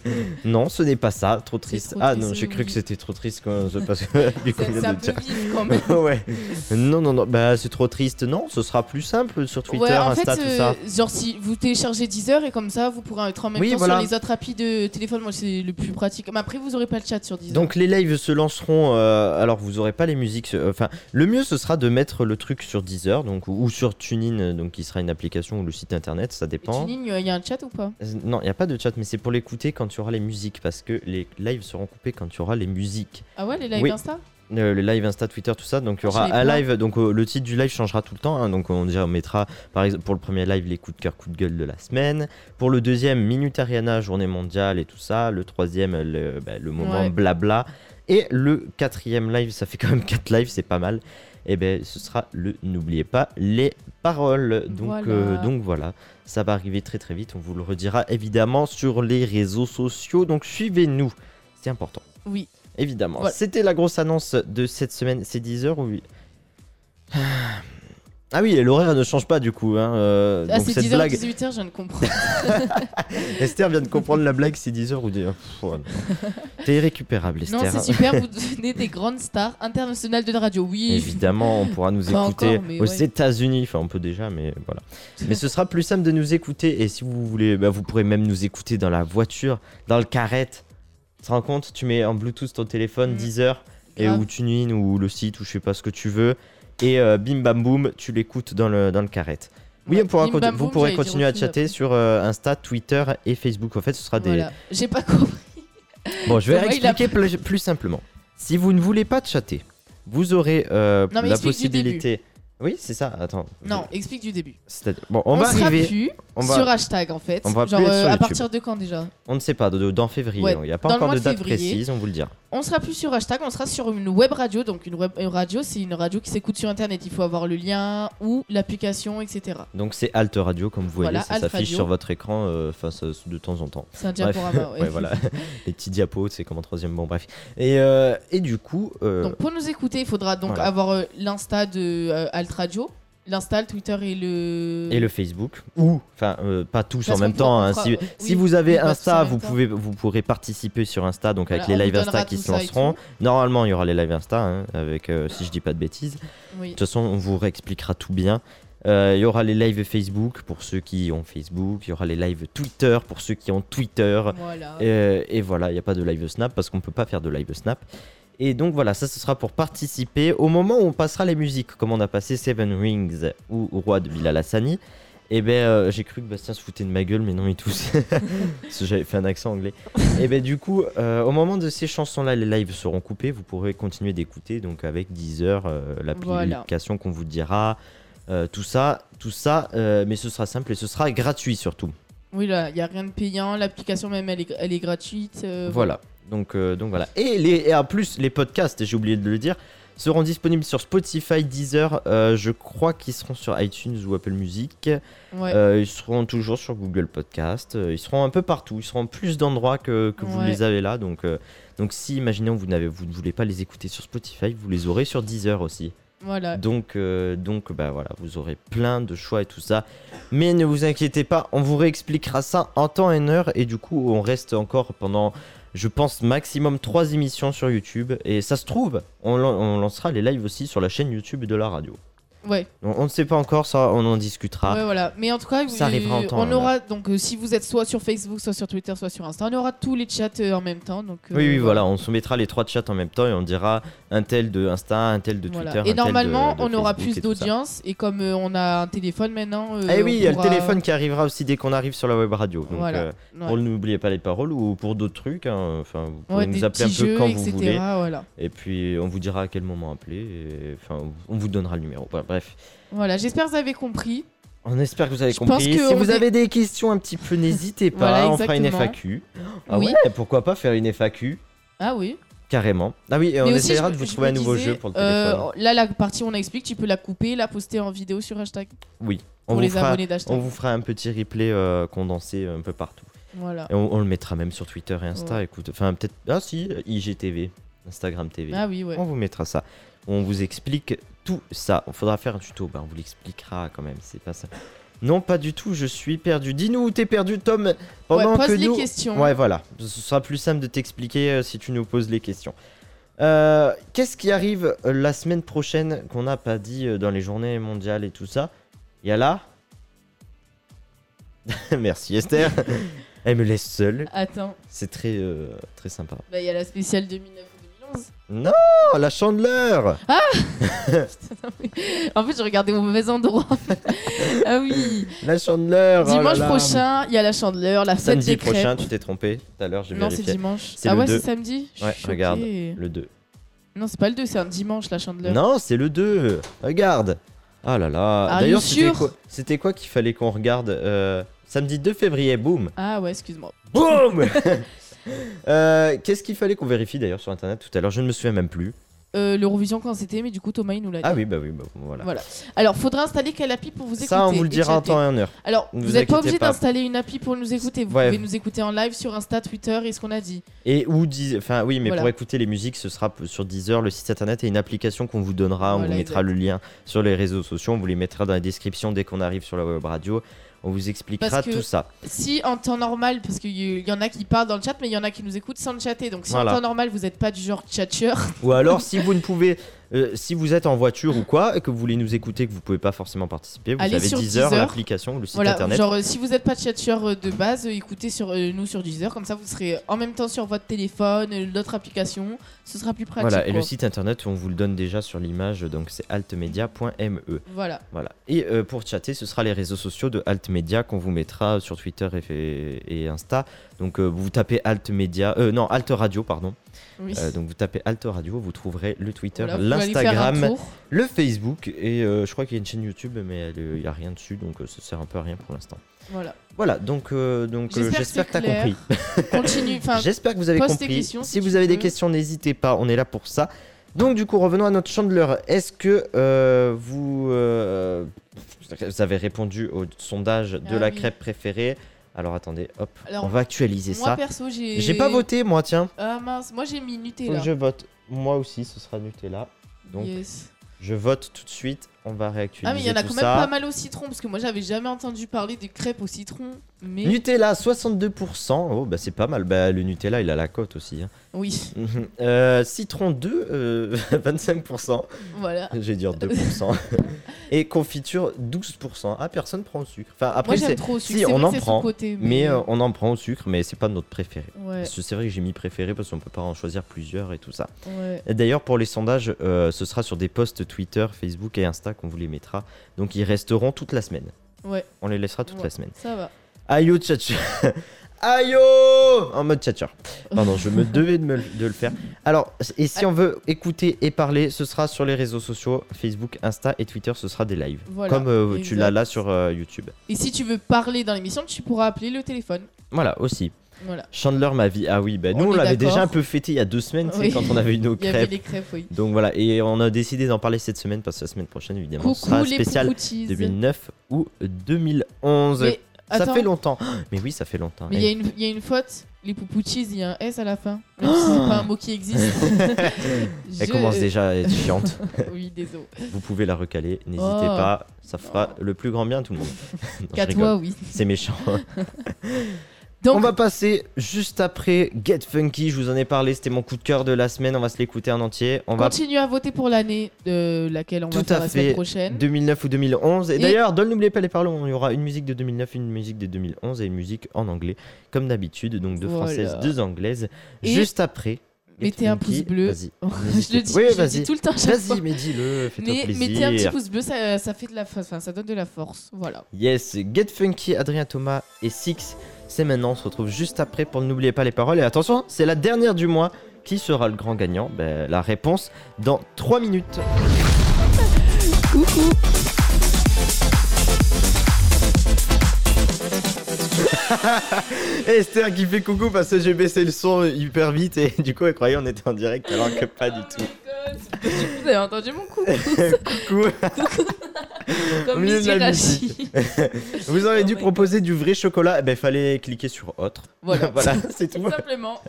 Speaker 1: non ce n'est pas ça trop triste
Speaker 3: trop
Speaker 1: ah
Speaker 3: triste,
Speaker 1: non j'ai
Speaker 3: oui.
Speaker 1: cru que c'était trop triste quand parce que vu qu'on
Speaker 3: C'est
Speaker 1: vient
Speaker 3: c'est un
Speaker 1: de
Speaker 3: peu
Speaker 1: dire.
Speaker 3: vif quand même.
Speaker 1: ouais. Non, non, non. Bah, c'est trop triste. Non, ce sera plus simple sur Twitter,
Speaker 3: ouais, en
Speaker 1: Insta,
Speaker 3: fait,
Speaker 1: tout
Speaker 3: euh,
Speaker 1: ça.
Speaker 3: genre si vous téléchargez Deezer et comme ça, vous pourrez être en même
Speaker 1: Oui,
Speaker 3: temps
Speaker 1: voilà.
Speaker 3: sur les autres applis de téléphone. Moi, c'est le plus pratique. Mais après, vous aurez pas le chat sur Deezer.
Speaker 1: Donc les lives se lanceront. euh, alors vous aurez pas les musiques. euh, Enfin, le mieux ce sera de mettre le truc sur Deezer, donc ou ou sur TuneIn, euh, donc qui sera une une application ou le site internet, ça
Speaker 3: Et
Speaker 1: dépend.
Speaker 3: Tuning, il y a un chat ou pas
Speaker 1: Euh, Non, il n'y a pas de chat, mais c'est pour l'écouter quand tu auras les musiques, parce que les lives seront coupés quand tu auras les musiques.
Speaker 3: Ah ouais, les live
Speaker 1: Oui.
Speaker 3: Insta
Speaker 1: Euh, le live Insta, Twitter, tout ça. Donc il y
Speaker 3: Ah,
Speaker 1: aura
Speaker 3: je l'ai
Speaker 1: un
Speaker 3: plein.
Speaker 1: live. Donc euh, le titre du live changera tout le temps. hein. donc on, déjà, on mettra, par exemple, pour le premier live, les coups de cœur, coups de gueule de la semaine. Pour le deuxième, Minute Ariana, journée mondiale et tout ça. Le troisième, le, bah, le moment
Speaker 3: Ouais.
Speaker 1: blabla. Et le quatrième live, ça fait quand même quatre lives, c'est pas mal. Et ben ce sera le N'oubliez pas les paroles. Donc
Speaker 3: Voilà.
Speaker 1: euh, donc voilà, ça va arriver très très vite. On vous le redira évidemment sur les réseaux sociaux. Donc suivez-nous, c'est important.
Speaker 3: Oui.
Speaker 1: Évidemment.
Speaker 3: Voilà.
Speaker 1: C'était la grosse annonce de cette semaine. C'est 10h ou 8 Ah oui, et l'horaire ne change pas du coup. hein, euh,
Speaker 3: Ah,
Speaker 1: donc
Speaker 3: c'est
Speaker 1: cette
Speaker 3: 10h,
Speaker 1: blague.
Speaker 3: 18h, je viens de comprendre.
Speaker 1: Esther vient de comprendre la blague, c'est 10h ou 10 euh, Pff, ouais, non. T'es irrécupérable,
Speaker 3: non,
Speaker 1: Esther. hein.
Speaker 3: c'est super, vous devenez des grandes stars internationales de la radio. Oui.
Speaker 1: Évidemment, on pourra nous
Speaker 3: Pas
Speaker 1: écouter
Speaker 3: encore, mais
Speaker 1: aux
Speaker 3: ouais.
Speaker 1: États-Unis. Enfin, on peut déjà, mais voilà. Mais ce sera plus simple de nous écouter. Et si vous voulez, bah, vous pourrez même nous écouter dans la voiture, dans le carrette. Tu te rends compte Tu mets en Bluetooth ton téléphone,
Speaker 3: Mm.
Speaker 1: 10 heures, et
Speaker 3: Grave.
Speaker 1: ou TuneIn, ou le site, ou je sais pas ce que tu veux. Et euh, bim bam boum, tu l'écoutes dans le, dans le carrette. Oui,
Speaker 3: Ouais,
Speaker 1: on pourra
Speaker 3: bim,
Speaker 1: conti-
Speaker 3: bam,
Speaker 1: vous
Speaker 3: boum,
Speaker 1: pourrez
Speaker 3: j'allais dire
Speaker 1: continuer à
Speaker 3: autre chose
Speaker 1: chatter
Speaker 3: après.
Speaker 1: sur euh, Insta, Twitter et Facebook. En fait, ce sera des,
Speaker 3: Voilà. J'ai pas compris.
Speaker 1: Bon, je vais
Speaker 3: Comment il a
Speaker 1: réexpliquer plus, plus simplement. Si vous ne voulez pas chatter, vous aurez euh,
Speaker 3: Non, mais
Speaker 1: la
Speaker 3: explique du
Speaker 1: possibilité. Oui, c'est ça. Attends.
Speaker 3: Non, explique du début.
Speaker 1: C'est-à-dire- Bon, on, va
Speaker 3: sera
Speaker 1: arriver.
Speaker 3: plus
Speaker 1: On, va-
Speaker 3: sur hashtag en fait.
Speaker 1: on va
Speaker 3: Genre
Speaker 1: plus être sur
Speaker 3: euh, à
Speaker 1: YouTube.
Speaker 3: partir de quand déjà
Speaker 1: on ne sait pas. de- de- Dans février,
Speaker 3: Ouais,
Speaker 1: il n'y a pas
Speaker 3: dans le
Speaker 1: encore
Speaker 3: mois
Speaker 1: de
Speaker 3: de
Speaker 1: date
Speaker 3: février.
Speaker 1: précise. On vous le dira.
Speaker 3: On sera plus sur hashtag, on sera sur une web radio. Donc une web une radio, c'est une radio qui s'écoute sur internet. Il faut avoir le lien ou l'application, etc.
Speaker 1: Donc c'est Alt Radio, comme vous
Speaker 3: Voilà,
Speaker 1: voyez, ça
Speaker 3: Alt
Speaker 1: s'affiche
Speaker 3: Radio.
Speaker 1: sur votre écran, euh, enfin ça- de temps en temps.
Speaker 3: C'est un
Speaker 1: Bref,
Speaker 3: diaporama. ouais.
Speaker 1: ouais, voilà, les petits diapos, c'est comme en troisième. Bon, bref. Et, euh, et du coup, euh,
Speaker 3: Donc pour nous écouter, il faudra donc
Speaker 1: Voilà.
Speaker 3: avoir euh, l'insta de euh, Alt Radio, l'insta, le Twitter et le.
Speaker 1: et le Facebook, ou enfin euh, pas tous
Speaker 3: Mm. Parce
Speaker 1: en même
Speaker 3: qu'on
Speaker 1: temps.
Speaker 3: pourra-
Speaker 1: hein,
Speaker 3: on fera-
Speaker 1: si,
Speaker 3: oui,
Speaker 1: si vous avez
Speaker 3: oui, pas tous en
Speaker 1: Insta,
Speaker 3: même
Speaker 1: vous
Speaker 3: temps.
Speaker 1: pouvez vous pourrez participer sur Insta, donc avec
Speaker 3: Voilà, on
Speaker 1: les
Speaker 3: vous
Speaker 1: lives Insta
Speaker 3: donnera
Speaker 1: qui
Speaker 3: tout
Speaker 1: se
Speaker 3: ça et
Speaker 1: lanceront.
Speaker 3: tout.
Speaker 1: Normalement, il y aura les lives Insta, hein, avec euh, si je dis pas de bêtises.
Speaker 3: Oui.
Speaker 1: De toute façon, on vous réexpliquera tout bien. Euh, Il y aura les lives Facebook pour ceux qui ont Facebook. Il y aura les lives Twitter pour ceux qui ont Twitter.
Speaker 3: Voilà.
Speaker 1: Euh, Et, voilà, il n'y a pas de live snap parce qu'on peut pas faire de live snap. Et donc voilà, ça ce sera pour participer au moment où on passera les musiques, comme on a passé Seven Rings ou Roi de Villalassani. Et ben euh, j'ai cru que Bastien se foutait de ma gueule, mais non, il tousse. Parce que J'avais fait un accent anglais. Et ben du coup, euh, au moment de ces chansons-là, les lives seront coupés. Vous pourrez continuer d'écouter donc avec Deezer, euh, l'application qu'on vous dira, euh, tout ça, tout ça. euh, mais ce sera simple et ce sera gratuit surtout.
Speaker 3: Oui, là, il n'y a rien de payant. L'application même, elle est, elle est gratuite. euh,
Speaker 1: Voilà. Donc, euh, donc voilà. Et, les, et en plus, les podcasts, j'ai oublié de le dire, seront disponibles sur Spotify, Deezer. euh, je crois qu'ils seront sur iTunes ou Apple Music.
Speaker 3: Ouais.
Speaker 1: Euh, ils seront toujours sur Google Podcast. euh, ils seront un peu partout. Ils seront en plus d'endroits que, que vous
Speaker 3: Ouais.
Speaker 1: les avez là. Donc, euh, donc si, imaginons, vous, n'avez- vous ne voulez pas les écouter sur Spotify, vous les aurez sur Deezer aussi.
Speaker 3: Voilà.
Speaker 1: Donc, euh, donc bah voilà, vous aurez plein de choix et tout ça. Mais ne vous inquiétez pas, on vous réexpliquera ça en temps et en heure. Et du coup, on reste encore pendant, je pense, maximum 3 émissions sur YouTube. Et ça se trouve, on, lan- on lancera les lives aussi sur la chaîne YouTube de la radio.
Speaker 3: Ouais.
Speaker 1: On, on ne sait pas encore, ça, on en discutera.
Speaker 3: Ouais, voilà. Mais en tout cas,
Speaker 1: Ça
Speaker 3: euh,
Speaker 1: arrivera en temps,
Speaker 3: on
Speaker 1: là.
Speaker 3: aura donc euh, si vous êtes soit sur Facebook, soit sur Twitter, soit sur Insta, on aura tous les chats euh, en même temps. Donc euh,
Speaker 1: Oui, oui, voilà, on soumettra les trois chats en même temps et on dira un tel de Insta, un tel de Twitter.
Speaker 3: Voilà.
Speaker 1: un
Speaker 3: Et
Speaker 1: tel de-
Speaker 3: normalement,
Speaker 1: de
Speaker 3: on aura
Speaker 1: Facebook
Speaker 3: plus
Speaker 1: et tout ça.
Speaker 3: d'audience et comme euh, on a un téléphone maintenant. euh,
Speaker 1: Eh oui,
Speaker 3: on
Speaker 1: il y a le
Speaker 3: pourra-
Speaker 1: téléphone qui arrivera aussi dès qu'on arrive sur la web radio. Donc,
Speaker 3: Voilà.
Speaker 1: euh,
Speaker 3: Ouais.
Speaker 1: Pour le n'oubliez pas les paroles ou pour d'autres trucs, hein, enfin vous pouvez
Speaker 3: Ouais, des
Speaker 1: nous appeler un peu
Speaker 3: petits jeux,
Speaker 1: quand vous
Speaker 3: etc.,
Speaker 1: voulez.
Speaker 3: Voilà.
Speaker 1: Et puis on vous dira à quel moment appeler. et- Enfin, on vous donnera le numéro. Voilà, bref,
Speaker 3: Voilà, j'espère que vous avez compris.
Speaker 1: on espère que vous avez
Speaker 3: Je pense
Speaker 1: compris.
Speaker 3: que
Speaker 1: Si
Speaker 3: on
Speaker 1: vous
Speaker 3: est-
Speaker 1: avez des questions un petit peu, n'hésitez pas.
Speaker 3: Voilà,
Speaker 1: on fera une
Speaker 3: exactement.
Speaker 1: FAQ. Ah
Speaker 3: Oui.
Speaker 1: ouais, pourquoi pas faire une FAQ
Speaker 3: Ah oui.
Speaker 1: carrément. Ah oui, et on
Speaker 3: Mais aussi,
Speaker 1: essaiera
Speaker 3: je-
Speaker 1: de vous
Speaker 3: je
Speaker 1: trouver un
Speaker 3: me
Speaker 1: nouveau
Speaker 3: disais,
Speaker 1: jeu pour le
Speaker 3: euh,
Speaker 1: téléphone.
Speaker 3: là, la partie on explique, tu peux la couper, la poster en vidéo sur hashtag
Speaker 1: oui, on
Speaker 3: pour
Speaker 1: vous
Speaker 3: les
Speaker 1: fera.
Speaker 3: abonnés
Speaker 1: On
Speaker 3: d'hashtag.
Speaker 1: vous fera un petit replay euh, condensé un peu partout.
Speaker 3: Voilà.
Speaker 1: Et on, on le mettra même sur Twitter et Insta. Écoute, enfin peut-être. Ah si, IGTV, Instagram TV.
Speaker 3: Ah oui, ouais.
Speaker 1: On vous mettra ça. On vous explique tout ça. On faudra faire un tuto. Ben, on vous l'expliquera quand même. C'est pas ça. Non, pas du tout. Je suis perdu. Dis-nous où t'es perdu, Tom. Pendant
Speaker 3: Ouais, pose
Speaker 1: que
Speaker 3: les
Speaker 1: nous.
Speaker 3: questions.
Speaker 1: Ouais, voilà. Ce sera plus simple de t'expliquer euh, si tu nous poses les questions. Euh, Qu'est-ce qui arrive euh, la semaine prochaine qu'on n'a pas dit euh, dans les journées mondiales et tout ça Il y a là. Merci Esther. Elle me laisse seule.
Speaker 3: Attends,
Speaker 1: C'est très, euh, très sympa.
Speaker 3: bah, il y a la spéciale 2009 ou 2011.
Speaker 1: Oh, la chandeleur
Speaker 3: En fait, j'ai regardé au mauvais endroit. ah oui.
Speaker 1: La chandeleur oh là
Speaker 3: Dimanche
Speaker 1: là.
Speaker 3: prochain, il y a la chandeleur, la fête
Speaker 1: Samedi
Speaker 3: des crêpes.
Speaker 1: prochain, tu t'es trompé. Tout à l'heure, j'ai
Speaker 3: non, c'est
Speaker 1: vérifié.
Speaker 3: dimanche.
Speaker 1: C'est
Speaker 3: Ah
Speaker 1: le
Speaker 3: ouais,
Speaker 1: deux.
Speaker 3: c'est samedi. Je suis
Speaker 1: Ouais,
Speaker 3: choquée.
Speaker 1: regarde. Le 2.
Speaker 3: Non, c'est pas le 2, c'est un dimanche la chandeleur.
Speaker 1: Non, c'est le 2. Regarde. Ah là là.
Speaker 3: Ah,
Speaker 1: D'ailleurs,
Speaker 3: you
Speaker 1: c'était
Speaker 3: sure
Speaker 1: quoi, c'était quoi qu'il fallait qu'on regarde euh, Samedi 2 février, boum.
Speaker 3: Ah ouais, excuse-moi.
Speaker 1: Boum Euh, Qu'est-ce qu'il fallait qu'on vérifie d'ailleurs sur internet tout à l'heure Je ne me souviens même plus.
Speaker 3: Euh, L'Eurovision quand c'était, mais du coup Thomas il nous l'a dit.
Speaker 1: Ah oui, bah oui, bah voilà.
Speaker 3: Voilà. Alors faudra installer quelle appli pour vous écouter
Speaker 1: Ça, on vous le dira en
Speaker 3: éclater.
Speaker 1: temps et en heure.
Speaker 3: Alors
Speaker 1: Ne
Speaker 3: vous
Speaker 1: vous
Speaker 3: n'êtes pas
Speaker 1: inquiétez
Speaker 3: obligé
Speaker 1: pas.
Speaker 3: d'installer une appli pour nous écouter. Vous
Speaker 1: Ouais.
Speaker 3: pouvez nous écouter en live sur Insta, Twitter et ce qu'on a dit.
Speaker 1: Et ou dis- enfin oui, mais
Speaker 3: Voilà.
Speaker 1: pour écouter les musiques, ce sera p- sur Deezer, le site internet et une application qu'on vous donnera. on
Speaker 3: Voilà,
Speaker 1: vous mettra
Speaker 3: exact.
Speaker 1: le lien sur les réseaux sociaux, on vous les mettra dans la description dès qu'on arrive sur la web radio. On vous expliquera
Speaker 3: Parce que-
Speaker 1: tout ça.
Speaker 3: Si en temps normal, parce qu'il y y en a qui parlent dans le chat, mais il y en a qui nous écoutent sans le chatter. Donc si
Speaker 1: Voilà.
Speaker 3: en temps normal vous n'êtes pas du genre chatcheur,
Speaker 1: Ou alors, si vous ne pouvez, euh, si vous êtes en voiture ou quoi, et que vous voulez nous écouter, que vous pouvez pas forcément participer, vous
Speaker 3: Allez
Speaker 1: avez
Speaker 3: sur
Speaker 1: Deezer,
Speaker 3: Deezer.
Speaker 1: l'application, ou le site
Speaker 3: voilà,
Speaker 1: internet.
Speaker 3: genre euh, si vous n'êtes pas chatcher euh, de base, euh, écoutez sur, euh, nous sur Deezer, comme ça vous serez en même temps sur votre téléphone, euh, notre application, ce sera plus pratique.
Speaker 1: Voilà, et le
Speaker 3: quoi.
Speaker 1: site internet, on vous le donne déjà sur l'image, donc c'est altmedia.me.
Speaker 3: Voilà.
Speaker 1: Voilà. Et euh, pour chatter, ce sera les réseaux sociaux de Altmedia qu'on vous mettra sur Twitter et, et Insta. Donc euh, vous tapez Altmedia, euh, non Alt Radio, pardon.
Speaker 3: Oui.
Speaker 1: Euh, donc vous tapez Alt Radio, vous trouverez le Twitter,
Speaker 3: Voilà, vous pouvez aller faire un
Speaker 1: l'Instagram,
Speaker 3: tour.
Speaker 1: le Facebook et euh, je crois qu'il y a une chaîne YouTube, mais il n'y a rien dessus, donc euh, ça sert un peu à rien pour l'instant.
Speaker 3: Voilà.
Speaker 1: Voilà. Donc euh, donc euh, j'espère que,
Speaker 3: c'est
Speaker 1: tu as compris.
Speaker 3: clair. Continue. Enfin,
Speaker 1: J'espère que vous avez
Speaker 3: pose tes
Speaker 1: compris.
Speaker 3: questions,
Speaker 1: si
Speaker 3: si
Speaker 1: vous
Speaker 3: tu
Speaker 1: avez des
Speaker 3: veux.
Speaker 1: questions, n'hésitez pas, on est là pour ça. Donc du coup, revenons à notre chandeleur. Est-ce que euh, vous, euh, vous avez répondu au sondage de
Speaker 3: Ah
Speaker 1: la
Speaker 3: oui.
Speaker 1: crêpe préférée Alors attendez, hop,
Speaker 3: Alors,
Speaker 1: on va actualiser
Speaker 3: moi
Speaker 1: ça.
Speaker 3: perso, j'ai.
Speaker 1: J'ai pas voté, moi, tiens.
Speaker 3: Ah mince, moi j'ai mis Nutella.
Speaker 1: Je vote. Moi aussi, ce sera Nutella. Donc
Speaker 3: Yes.
Speaker 1: je vote tout de suite. On va réactualiser
Speaker 3: Ah mais il y en a
Speaker 1: tout
Speaker 3: quand même
Speaker 1: ça.
Speaker 3: pas mal au citron parce que moi j'avais jamais entendu parler des crêpes au citron. Mais
Speaker 1: Nutella 62%, oh bah c'est pas mal, bah le Nutella il a la cote aussi. hein.
Speaker 3: oui,
Speaker 1: Euh, citron 2, euh, 25%.
Speaker 3: voilà.
Speaker 1: Je vais dire 2%. et confiture, 12%. Ah, personne prend au sucre. Enfin, après,
Speaker 3: moi
Speaker 1: c'est-
Speaker 3: j'aime trop au sucre.
Speaker 1: si,
Speaker 3: c'est
Speaker 1: on
Speaker 3: vrai
Speaker 1: en
Speaker 3: que c'est son
Speaker 1: prend,
Speaker 3: Côté,
Speaker 1: Mais euh, on en prend au sucre, mais c'est pas notre préféré.
Speaker 3: Ouais,
Speaker 1: Parce que C'est vrai que j'ai mis préféré parce qu'on peut pas en choisir plusieurs et tout ça.
Speaker 3: ouais.
Speaker 1: Et D'ailleurs, pour les sondages, euh, ce sera sur des posts Twitter, Facebook et Insta qu'on vous les mettra. Donc ils resteront toute la semaine.
Speaker 3: Ouais.
Speaker 1: On les laissera toute
Speaker 3: Ouais.
Speaker 1: la semaine.
Speaker 3: Ça va.
Speaker 1: Ayo tchatcher. Ayo oh, En mode tchatcher. Pardon, je me devais de, me- de le faire. Alors, et si on veut écouter et parler, ce sera sur les réseaux sociaux, Facebook, Insta et Twitter, ce sera des lives.
Speaker 3: Voilà,
Speaker 1: Comme euh, tu
Speaker 3: exact.
Speaker 1: l'as là sur euh, YouTube.
Speaker 3: Et si tu veux parler dans l'émission, tu pourras appeler le téléphone.
Speaker 1: Voilà, aussi.
Speaker 3: Voilà.
Speaker 1: Chandler, ma vie. Ah oui, bah, nous,
Speaker 3: On
Speaker 1: on,
Speaker 3: est
Speaker 1: l'avait
Speaker 3: d'accord.
Speaker 1: déjà un peu fêté il y a deux semaines, tu sais,
Speaker 3: Oui.
Speaker 1: quand on avait eu nos
Speaker 3: Il y avait
Speaker 1: crêpes.
Speaker 3: les crêpes, oui.
Speaker 1: Donc voilà, et on a décidé d'en parler cette semaine parce que la semaine prochaine, évidemment, ce
Speaker 3: Coucou
Speaker 1: sera
Speaker 3: les
Speaker 1: spécial
Speaker 3: poupoutches.
Speaker 1: 2009 ou 2011.
Speaker 3: Mais
Speaker 1: ça
Speaker 3: attends,
Speaker 1: fait longtemps. Mais oui, ça fait longtemps.
Speaker 3: mais il y, a une- il y a une faute. Les poupoutches, il y a un S à la fin. Même si c'est pas un mot qui existe.
Speaker 1: Elle
Speaker 3: Je-
Speaker 1: commence déjà à être chiante.
Speaker 3: oui, désolé.
Speaker 1: Vous pouvez la recaler, n'hésitez
Speaker 3: Oh.
Speaker 1: pas, ça fera le plus grand bien à tout le monde. Non, je
Speaker 3: Qu'à
Speaker 1: rigole,
Speaker 3: toi, oui.
Speaker 1: C'est méchant.
Speaker 3: Donc,
Speaker 1: On va passer juste après Get Funky, je vous en ai parlé, c'était mon coup de cœur de la semaine, on va se l'écouter en entier. On va
Speaker 3: continue à voter pour l'année de laquelle on va
Speaker 1: Tout
Speaker 3: faire
Speaker 1: à
Speaker 3: la
Speaker 1: fait.
Speaker 3: semaine prochaine.
Speaker 1: 2009 ou 2011. Et,
Speaker 3: Et-
Speaker 1: d'ailleurs, dans n'oubliez pas les parlons, il y aura une musique de 2009, une musique de 2011 et une musique en anglais, comme d'habitude, donc deux
Speaker 3: Voilà.
Speaker 1: françaises, deux anglaises.
Speaker 3: Et-
Speaker 1: Juste après. Get
Speaker 3: Mettez un
Speaker 1: Funky,
Speaker 3: pouce bleu.
Speaker 1: Vas-y.
Speaker 3: je le dis,
Speaker 1: Oui,
Speaker 3: je le
Speaker 1: vas-y.
Speaker 3: dis tout le temps. à chaque fois.
Speaker 1: Vas-y, mais dis-le, fais-toi
Speaker 3: Mais
Speaker 1: plaisir.
Speaker 3: mettez un petit pouce bleu, ça, ça fait de la, enfin, ça donne de la force. Voilà.
Speaker 1: Yes, Get Funky, Adrien Thomas et Six. C'est maintenant, on se retrouve juste après pour N'oubliez pas les paroles. Et attention, c'est la dernière du mois. Qui sera le grand gagnant Ben, La réponse dans 3 minutes.
Speaker 3: Coucou.
Speaker 1: Esther qui fait coucou parce que j'ai baissé le son hyper vite et du coup elle croyait on était en direct alors que pas du tout.
Speaker 3: Vous avez entendu mon coup
Speaker 1: Coucou. Au
Speaker 3: Comme
Speaker 1: milieu de la
Speaker 3: Missy Rachi.
Speaker 1: Vous auriez
Speaker 3: Oh
Speaker 1: dû
Speaker 3: my
Speaker 1: proposer du vrai chocolat, eh ben fallait cliquer sur autre.
Speaker 3: Voilà.
Speaker 1: voilà, c'est tout.
Speaker 3: Tout simplement.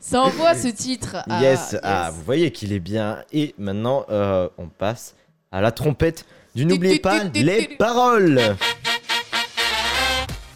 Speaker 3: Ça envoie ce titre à.
Speaker 1: yes, ah, vous voyez qu'il est bien. Et maintenant, euh, on passe à la trompette du N'oubliez
Speaker 3: tu,
Speaker 1: pas
Speaker 3: tu, tu,
Speaker 1: les
Speaker 3: tu.
Speaker 1: paroles.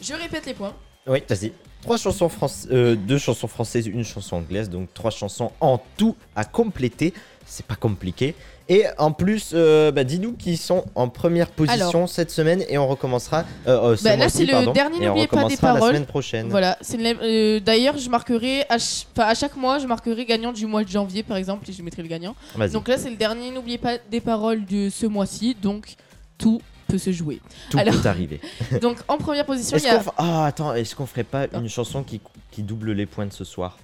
Speaker 3: Je répète les points.
Speaker 1: Oui, vas-y. Trois chansons euh, françaises, deux chansons françaises, une chanson anglaise, donc trois chansons en tout à compléter. C'est pas compliqué. Et en plus, euh, bah, dis-nous qui sont en première position
Speaker 3: Alors.
Speaker 1: cette semaine et on recommencera. euh, euh, ce
Speaker 3: Bah, là,
Speaker 1: mois-ci,
Speaker 3: c'est le
Speaker 1: pardon,
Speaker 3: dernier
Speaker 1: et on
Speaker 3: N'oubliez pas des
Speaker 1: recommencera la
Speaker 3: paroles.
Speaker 1: semaine prochaine.
Speaker 3: Voilà, c'est une lève- euh, d'ailleurs je marquerai à, ch- enfin, à chaque mois je marquerai gagnant du mois de janvier par exemple et je mettrai le gagnant.
Speaker 1: Vas-y.
Speaker 3: Donc là c'est le dernier n'oubliez pas des paroles de ce mois-ci donc tout peut se jouer.
Speaker 1: Tout
Speaker 3: alors-
Speaker 1: peut arriver.
Speaker 3: Donc en première position il
Speaker 1: Est-ce
Speaker 3: y a
Speaker 1: qu'on f- ah, attends, est-ce qu'on ferait pas
Speaker 3: Non.
Speaker 1: une chanson qui, qui double les points de ce soir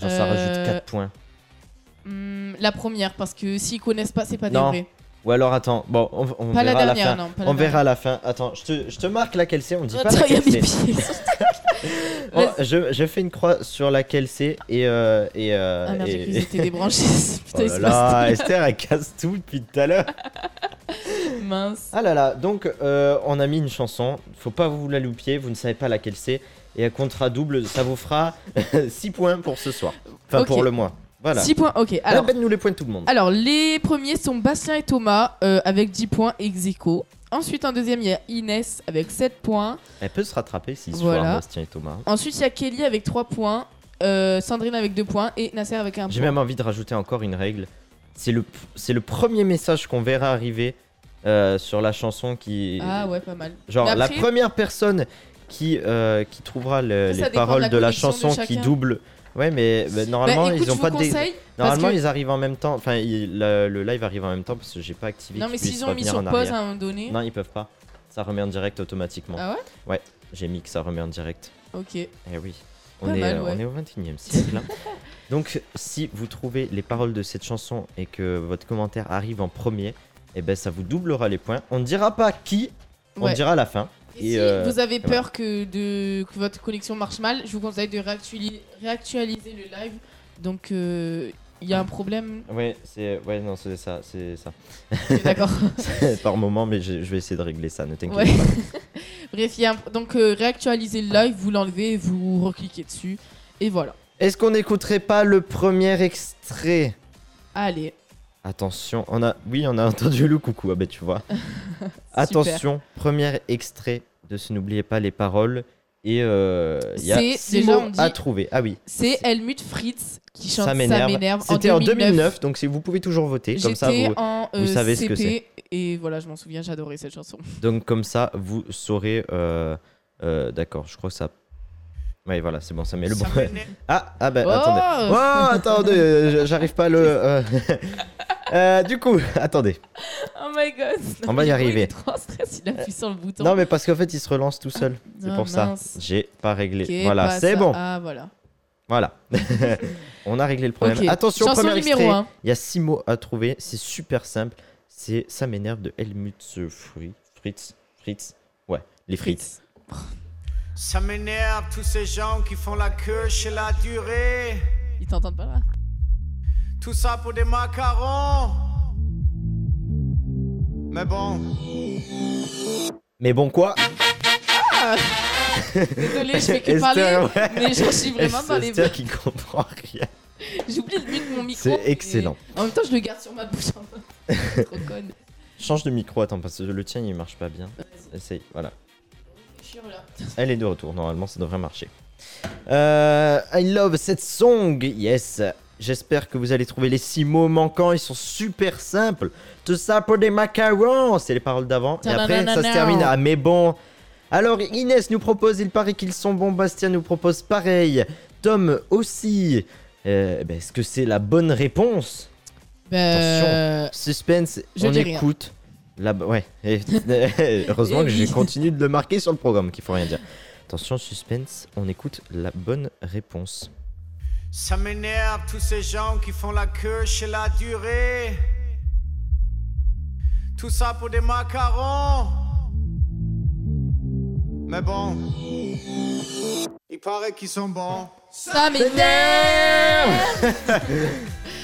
Speaker 1: Genre ça
Speaker 3: Euh,
Speaker 1: rajoute 4 points.
Speaker 3: hum, la première parce que s'ils connaissent pas c'est pas des
Speaker 1: Non,
Speaker 3: vrais.
Speaker 1: Ou alors attends, bon, on, on
Speaker 3: Pas la
Speaker 1: verra à
Speaker 3: dernière,
Speaker 1: la fin.
Speaker 3: non, pas la
Speaker 1: on verra à la fin. Attends, je te, je te marque laquelle c'est, on dit pas
Speaker 3: Attends, il y a
Speaker 1: laquelle
Speaker 3: mes
Speaker 1: c'est.
Speaker 3: pieds.
Speaker 1: Oh, je, je fais une croix sur laquelle c'est et... Euh, et, euh,
Speaker 3: Ah merde, j'ai
Speaker 1: et-
Speaker 3: cru que c'était débranché.
Speaker 1: Oh
Speaker 3: Putain, il
Speaker 1: là
Speaker 3: se
Speaker 1: là,
Speaker 3: passe
Speaker 1: Esther, elle casse tout depuis tout à l'heure.
Speaker 3: tout. Mince.
Speaker 1: Ah là là, donc euh, on a mis une chanson, faut pas vous la loupier, vous ne savez pas laquelle c'est, et à contrat double, ça vous fera 6 points pour ce soir. Enfin
Speaker 3: Ok.
Speaker 1: pour le mois. Voilà.
Speaker 3: 6 points, ok. Alors,
Speaker 1: Eh ben, nous les points de tout le monde.
Speaker 3: alors, les premiers sont Bastien et Thomas euh, avec 10 points ex aequo. Ensuite, en deuxième, il y a Inès avec 7 points.
Speaker 1: Elle peut se rattraper si ce
Speaker 3: Voilà.
Speaker 1: soir, Bastien et Thomas.
Speaker 3: Ensuite, il y a Kelly avec 3 points. euh, Sandrine avec 2 points et Nasser avec 1
Speaker 1: J'ai
Speaker 3: point.
Speaker 1: même envie de rajouter encore une règle. C'est le, c'est le premier message qu'on verra arriver euh, sur la chanson qui.
Speaker 3: Ah ouais, pas mal.
Speaker 1: Genre,
Speaker 3: Mais
Speaker 1: la
Speaker 3: après-
Speaker 1: première personne qui, euh, qui trouvera le-
Speaker 3: Ça, ça
Speaker 1: les
Speaker 3: dépend de
Speaker 1: paroles
Speaker 3: la
Speaker 1: de la
Speaker 3: connexion de
Speaker 1: chanson qui
Speaker 3: chacun.
Speaker 1: double. Ouais, mais bah, normalement,
Speaker 3: bah, écoute,
Speaker 1: ils ont
Speaker 3: je
Speaker 1: pas
Speaker 3: vous
Speaker 1: de dé-
Speaker 3: conseille, parce
Speaker 1: Normalement,
Speaker 3: que-
Speaker 1: ils arrivent en même temps. Enfin, il- le, le live arrive en même temps parce que j'ai pas activé.
Speaker 3: Non,
Speaker 1: qu'ils
Speaker 3: mais
Speaker 1: puissent
Speaker 3: s'ils ont mis
Speaker 1: revenir
Speaker 3: sur
Speaker 1: en
Speaker 3: pause
Speaker 1: arrière.
Speaker 3: à un moment donné.
Speaker 1: Non, ils peuvent pas. Ça remet en direct automatiquement.
Speaker 3: Ah
Speaker 1: J'ai mis que ça remet en direct.
Speaker 3: ouais Ok.
Speaker 1: Eh oui,
Speaker 3: Pas
Speaker 1: on est,
Speaker 3: mal,
Speaker 1: euh,
Speaker 3: ouais.
Speaker 1: on est au 21 e siècle. hein. Donc, si vous trouvez les paroles de cette chanson et que votre commentaire arrive en premier, eh ben, ça vous doublera les points. On ne dira pas qui, on
Speaker 3: Ouais.
Speaker 1: dira la fin. Et,
Speaker 3: Et si
Speaker 1: euh,
Speaker 3: vous avez peur
Speaker 1: voilà.
Speaker 3: que, de, que votre connexion marche mal, je vous conseille de réactuali- réactualiser le live. Donc, euh, il y a un problème.
Speaker 1: Ouais, c'est ouais, non, c'est ça, c'est ça.
Speaker 3: Ok, D'accord.
Speaker 1: Par moment, mais je, je vais essayer de régler ça. Ne t'inquiète
Speaker 3: Ouais.
Speaker 1: pas.
Speaker 3: Bref, il y a un- donc euh, réactualisez le live, vous l'enlevez, vous recliquez dessus. Et voilà.
Speaker 1: Est-ce qu'on n'écouterait pas le premier extrait
Speaker 3: Allez.
Speaker 1: Attention, on a, oui, on a entendu le coucou. Ah ben, tu vois. Attention, premier extrait de ce n'oubliez pas les paroles. Et euh, il y
Speaker 3: C'est-
Speaker 1: a six
Speaker 3: déjà,
Speaker 1: mots
Speaker 3: on dit-
Speaker 1: à trouver. Ah oui.
Speaker 3: C'est Helmut Fritz qui chante
Speaker 1: ça m'énerve. C'était en 2009, donc si vous pouvez toujours voter. Comme ça,
Speaker 3: J'étais
Speaker 1: vous,
Speaker 3: en euh,
Speaker 1: vous savez ce
Speaker 3: CP
Speaker 1: que
Speaker 3: et voilà, je m'en souviens, j'adorais cette chanson.
Speaker 1: donc comme ça, vous saurez. euh, euh, D'accord, je crois que ça. Ouais, voilà, c'est bon, ça met le bon. ah, ah bah,
Speaker 3: Oh
Speaker 1: attendez. Oh, attendez, euh, j'arrive pas à le. euh, euh, du coup, attendez.
Speaker 3: Oh my god.
Speaker 1: On va y
Speaker 3: Il est
Speaker 1: arriver.
Speaker 3: trop en stress, il appuie sur le bouton.
Speaker 1: Non, mais parce qu'en fait, il se relance tout seul. C'est
Speaker 3: Ah,
Speaker 1: pour
Speaker 3: mince.
Speaker 1: ça. J'ai pas réglé.
Speaker 3: Ok,
Speaker 1: voilà,
Speaker 3: passe
Speaker 1: c'est
Speaker 3: à-
Speaker 1: bon.
Speaker 3: Ah voilà.
Speaker 1: Voilà. On a réglé le problème.
Speaker 3: Ok.
Speaker 1: Attention,
Speaker 3: Chanson
Speaker 1: premier
Speaker 3: numéro
Speaker 1: extrait.
Speaker 3: un.
Speaker 1: Il y a six mots à trouver, c'est super simple. C'est ça m'énerve de Helmut Fritz. Fritz. Fritz. Ouais, les frites.
Speaker 4: Ça m'énerve tous ces gens qui font la queue chez la durée.
Speaker 3: Ils t'entendent pas là
Speaker 4: Tout ça pour des macarons. Mais bon.
Speaker 1: Mais bon quoi
Speaker 3: Désolée, je fais que
Speaker 1: Esther,
Speaker 3: parler,
Speaker 1: ouais.
Speaker 3: mais je suis vraiment dans les
Speaker 1: C'est qui comprend rien.
Speaker 3: J'oublie de mute mon micro.
Speaker 1: C'est
Speaker 3: mais
Speaker 1: excellent.
Speaker 3: En même temps, je le garde sur ma bouche. en mode- Trop conne.
Speaker 1: Change de micro, attends, parce que le tien il marche pas bien. Essaye, voilà.
Speaker 3: Je suis là.
Speaker 1: Elle est de retour, normalement ça devrait marcher. Euh, I love cette song, yes. J'espère que vous allez trouver les six mots manquants, ils sont super simples. Tout ça pour des macarons, c'est les paroles d'avant. Et après ça se
Speaker 3: Ta-da-na-na-na.
Speaker 1: termine à mais bon. Alors Inès nous propose, il paraît qu'ils sont bons, Bastien nous propose pareil, Tom aussi. Euh, ben, Est-ce que c'est la bonne réponse
Speaker 3: Bah,
Speaker 1: Suspense,
Speaker 3: Je
Speaker 1: on
Speaker 3: dis rien.
Speaker 1: écoute. Là ouais, Et- heureusement
Speaker 3: Eh
Speaker 1: que je
Speaker 3: oui.
Speaker 1: continue de le marquer sur le programme, qu'il faut rien dire. Attention, suspense, on écoute la bonne réponse.
Speaker 4: Ça m'énerve tous ces gens qui font la queue chez la durée. Tout ça pour des macarons. Mais bon. Il paraît qu'ils sont bons.
Speaker 3: ça m'énerve.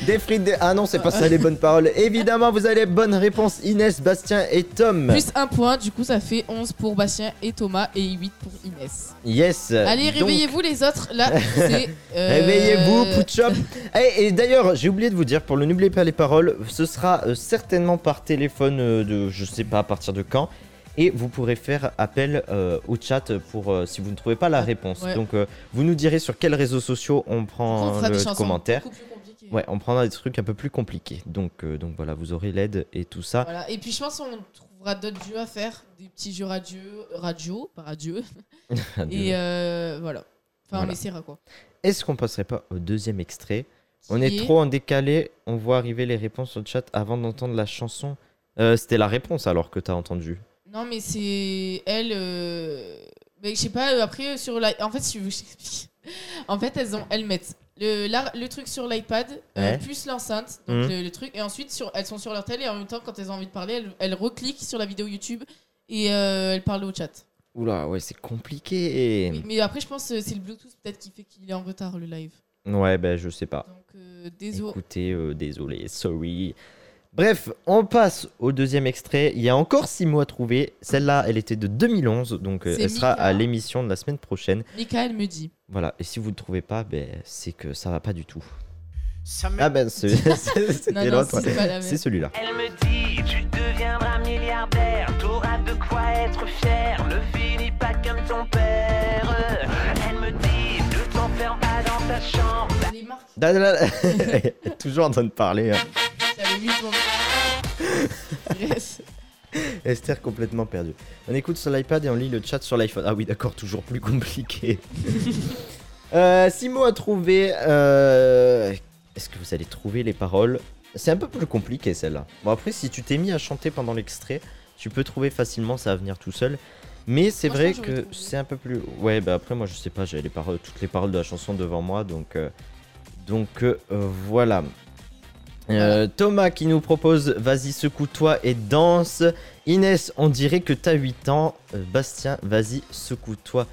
Speaker 1: Des frites, des... ah non, c'est pas ça les bonnes paroles. Évidemment, vous avez bonne réponse, Inès, Bastien et Tom.
Speaker 3: Plus un point, du coup, ça fait 11 pour Bastien et Thomas et 8 pour Inès.
Speaker 1: Yes.
Speaker 3: Allez,
Speaker 1: Euh, Donc,
Speaker 3: réveillez-vous les autres. Là, c'est. euh,
Speaker 1: Réveillez-vous, Poutchop Eh, Et, et d'ailleurs, j'ai oublié de vous dire, pour le N'oubliez pas les paroles, ce sera euh, certainement par téléphone euh, de je sais pas à partir de quand. Et vous pourrez faire appel euh, au chat pour euh, si vous ne trouvez pas la réponse.
Speaker 3: ouais.
Speaker 1: Donc euh, vous nous direz sur quels réseaux sociaux on prend
Speaker 3: On fera
Speaker 1: le
Speaker 3: des chansons
Speaker 1: commentaire.
Speaker 3: beaucoup plus compliquées. Ok.
Speaker 1: Ouais, on prendra des trucs un peu plus compliqués. Donc, euh, donc voilà, vous aurez l'aide et tout ça.
Speaker 3: Voilà. Et puis je pense qu'on trouvera d'autres jeux à faire, des petits jeux radio, radio, pas radio. Et euh, voilà. Enfin,
Speaker 1: Voilà.
Speaker 3: on essaiera quoi.
Speaker 1: Est-ce qu'on passerait pas au deuxième extrait On
Speaker 3: Qui
Speaker 1: est trop en décalé, on voit arriver les réponses sur le chat avant d'entendre la chanson. Euh, C'était la réponse alors que t'as entendu.
Speaker 3: Non, mais c'est elle. euh, Mais je sais pas, euh, après, euh, sur la. En fait, si vous- je t'explique. En fait, elles, ont... elles mettent le, la- le truc sur l'iPad, euh,
Speaker 1: Ouais.
Speaker 3: plus l'enceinte, donc
Speaker 1: Mhm.
Speaker 3: le, le truc. Et ensuite, sur... elles sont sur leur télé et en même temps, quand elles ont envie de parler, elles, elles recliquent sur la vidéo YouTube et euh, elles parlent au chat.
Speaker 1: Oula, ouais, c'est compliqué.
Speaker 3: Oui, mais après, je pense que c'est le Bluetooth peut-être qui fait qu'il est en retard le live.
Speaker 1: Ouais, ben je sais pas.
Speaker 3: Donc, euh, désolé.
Speaker 1: Écoutez, euh, désolé, sorry. Bref, on passe au deuxième extrait. Il y a encore six mots à trouver. Celle-là, elle était de 2011, donc euh,
Speaker 3: C'est
Speaker 1: elle sera
Speaker 3: Mika.
Speaker 1: à l'émission de la semaine prochaine.
Speaker 3: Michael me dit.
Speaker 1: Voilà, et si vous ne trouvez pas, ben, c'est que ça va pas du tout.
Speaker 4: Ça me-
Speaker 1: Ah ben, c'est-
Speaker 3: Non,
Speaker 1: c'était
Speaker 3: non,
Speaker 1: l'autre.
Speaker 3: c'est pas la
Speaker 1: C'est
Speaker 3: même.
Speaker 1: celui-là.
Speaker 7: Elle me dit, tu deviendras milliardaire, t'auras de quoi être fier, ne finis pas comme ton père. Elle me dit, ne t'enferme pas dans ta chambre.
Speaker 3: Les marques,
Speaker 1: Da- da- da- Toujours en train de parler. hein.
Speaker 3: j'avais mis ton. Yes.
Speaker 1: Esther complètement perdue. On écoute sur l'iPad et on lit le chat sur l'iPhone. Ah oui, d'accord, toujours plus compliqué. euh, six mots à trouver. euh, Est-ce que vous allez trouver les paroles C'est un peu plus compliqué celle-là. Bon, après, si tu t'es mis à chanter pendant l'extrait, tu peux trouver facilement, ça va venir tout seul. Mais c'est
Speaker 3: Moi, je
Speaker 1: vrai
Speaker 3: pense que j'aurais
Speaker 1: que
Speaker 3: trouvé.
Speaker 1: c'est un peu plus. Ouais, bah après, moi, je sais pas, j'ai les paroles, toutes les paroles de la chanson devant moi, donc. euh, Donc euh, voilà. Euh, Thomas qui nous propose Vas-y, secoue-toi et danse. Inès, on dirait que t'as 8 ans. Euh, Bastien, vas-y, secoue-toi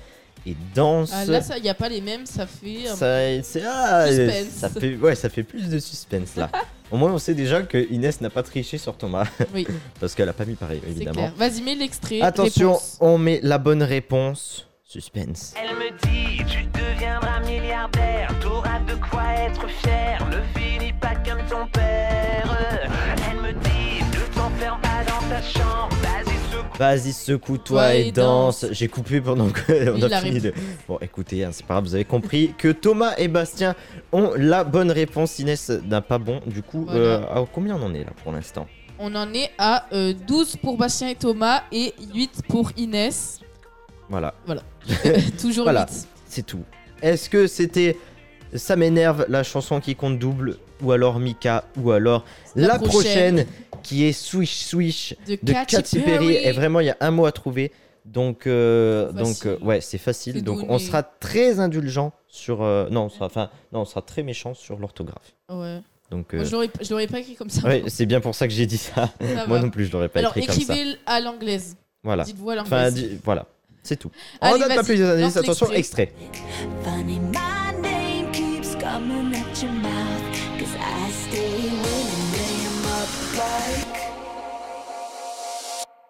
Speaker 1: et danse.
Speaker 3: Ah, là, il n'y a pas les mêmes, ça fait. un
Speaker 1: Ça- c'est- ah,
Speaker 3: Suspense.
Speaker 1: ça fait, ouais, ça fait plus de suspense là. Au moins, on sait déjà que Inès n'a pas triché sur Thomas
Speaker 3: Oui,
Speaker 1: parce qu'elle a pas mis pareil,
Speaker 3: c'est
Speaker 1: évidemment.
Speaker 3: clair. Vas-y, mets l'extrait.
Speaker 1: Attention,
Speaker 3: réponse.
Speaker 1: on met la bonne réponse. Suspense.
Speaker 7: Elle me dit, tu deviendras milliardaire, t'auras de quoi être fier, ne finis pas comme ton père. Elle me dit, ne t'enferme pas dans ta chambre, vas-y secoue
Speaker 1: Vas-y, secoue-toi
Speaker 3: Toi
Speaker 1: et
Speaker 3: et danse.
Speaker 1: danse. J'ai coupé pendant qu'on
Speaker 3: Il
Speaker 1: a
Speaker 3: a
Speaker 1: fini de.
Speaker 3: répondu.
Speaker 1: Bon, écoutez, hein, c'est pas grave, vous avez compris que Thomas et Bastien ont la bonne réponse. Inès n'a pas bon. Du coup,
Speaker 3: Voilà.
Speaker 1: euh, ah, combien on en est là pour l'instant
Speaker 3: On en est à euh, 12 pour Bastien et Thomas et 8 pour Inès.
Speaker 1: Voilà,
Speaker 3: Toujours
Speaker 1: Voilà.
Speaker 3: 8.
Speaker 1: c'est tout. Est-ce que c'était Ça m'énerve, la chanson qui compte double Ou alors Mika Ou alors la,
Speaker 3: La
Speaker 1: prochaine.
Speaker 3: prochaine.
Speaker 1: qui est Swish Swish
Speaker 3: De,
Speaker 1: de
Speaker 3: Katy,
Speaker 1: Perry.
Speaker 3: Perry.
Speaker 1: Et vraiment, il y a un mot à trouver. Donc, euh, donc
Speaker 3: Facile.
Speaker 1: euh, ouais, c'est facile.
Speaker 3: C'est
Speaker 1: Donc,
Speaker 3: doux,
Speaker 1: on
Speaker 3: mais-
Speaker 1: sera très indulgent sur. euh, non, on sera, enfin, non, on sera très méchant sur l'orthographe.
Speaker 3: Ouais.
Speaker 1: Donc,
Speaker 3: Moi,
Speaker 1: euh,
Speaker 3: je l'aurais- je l'aurais pas écrit comme ça.
Speaker 1: ouais, c'est bien pour ça que j'ai dit ça.
Speaker 3: Ça
Speaker 1: Moi
Speaker 3: va.
Speaker 1: non plus, je l'aurais pas
Speaker 3: Alors,
Speaker 1: écrit comme ça.
Speaker 3: écrivez à l'anglaise.
Speaker 1: Voilà.
Speaker 3: Dites-vous à
Speaker 1: Enfin,
Speaker 3: l'anglaise.
Speaker 1: di- voilà, c'est tout. on
Speaker 3: Allez,
Speaker 1: donne pas
Speaker 3: vas-y,
Speaker 1: plus d'indices.
Speaker 3: lance
Speaker 1: Attention,
Speaker 3: l'extrait.
Speaker 1: extrait.
Speaker 5: Funny, my name keeps coming at your mouth. Cause I stay willingly in my bike.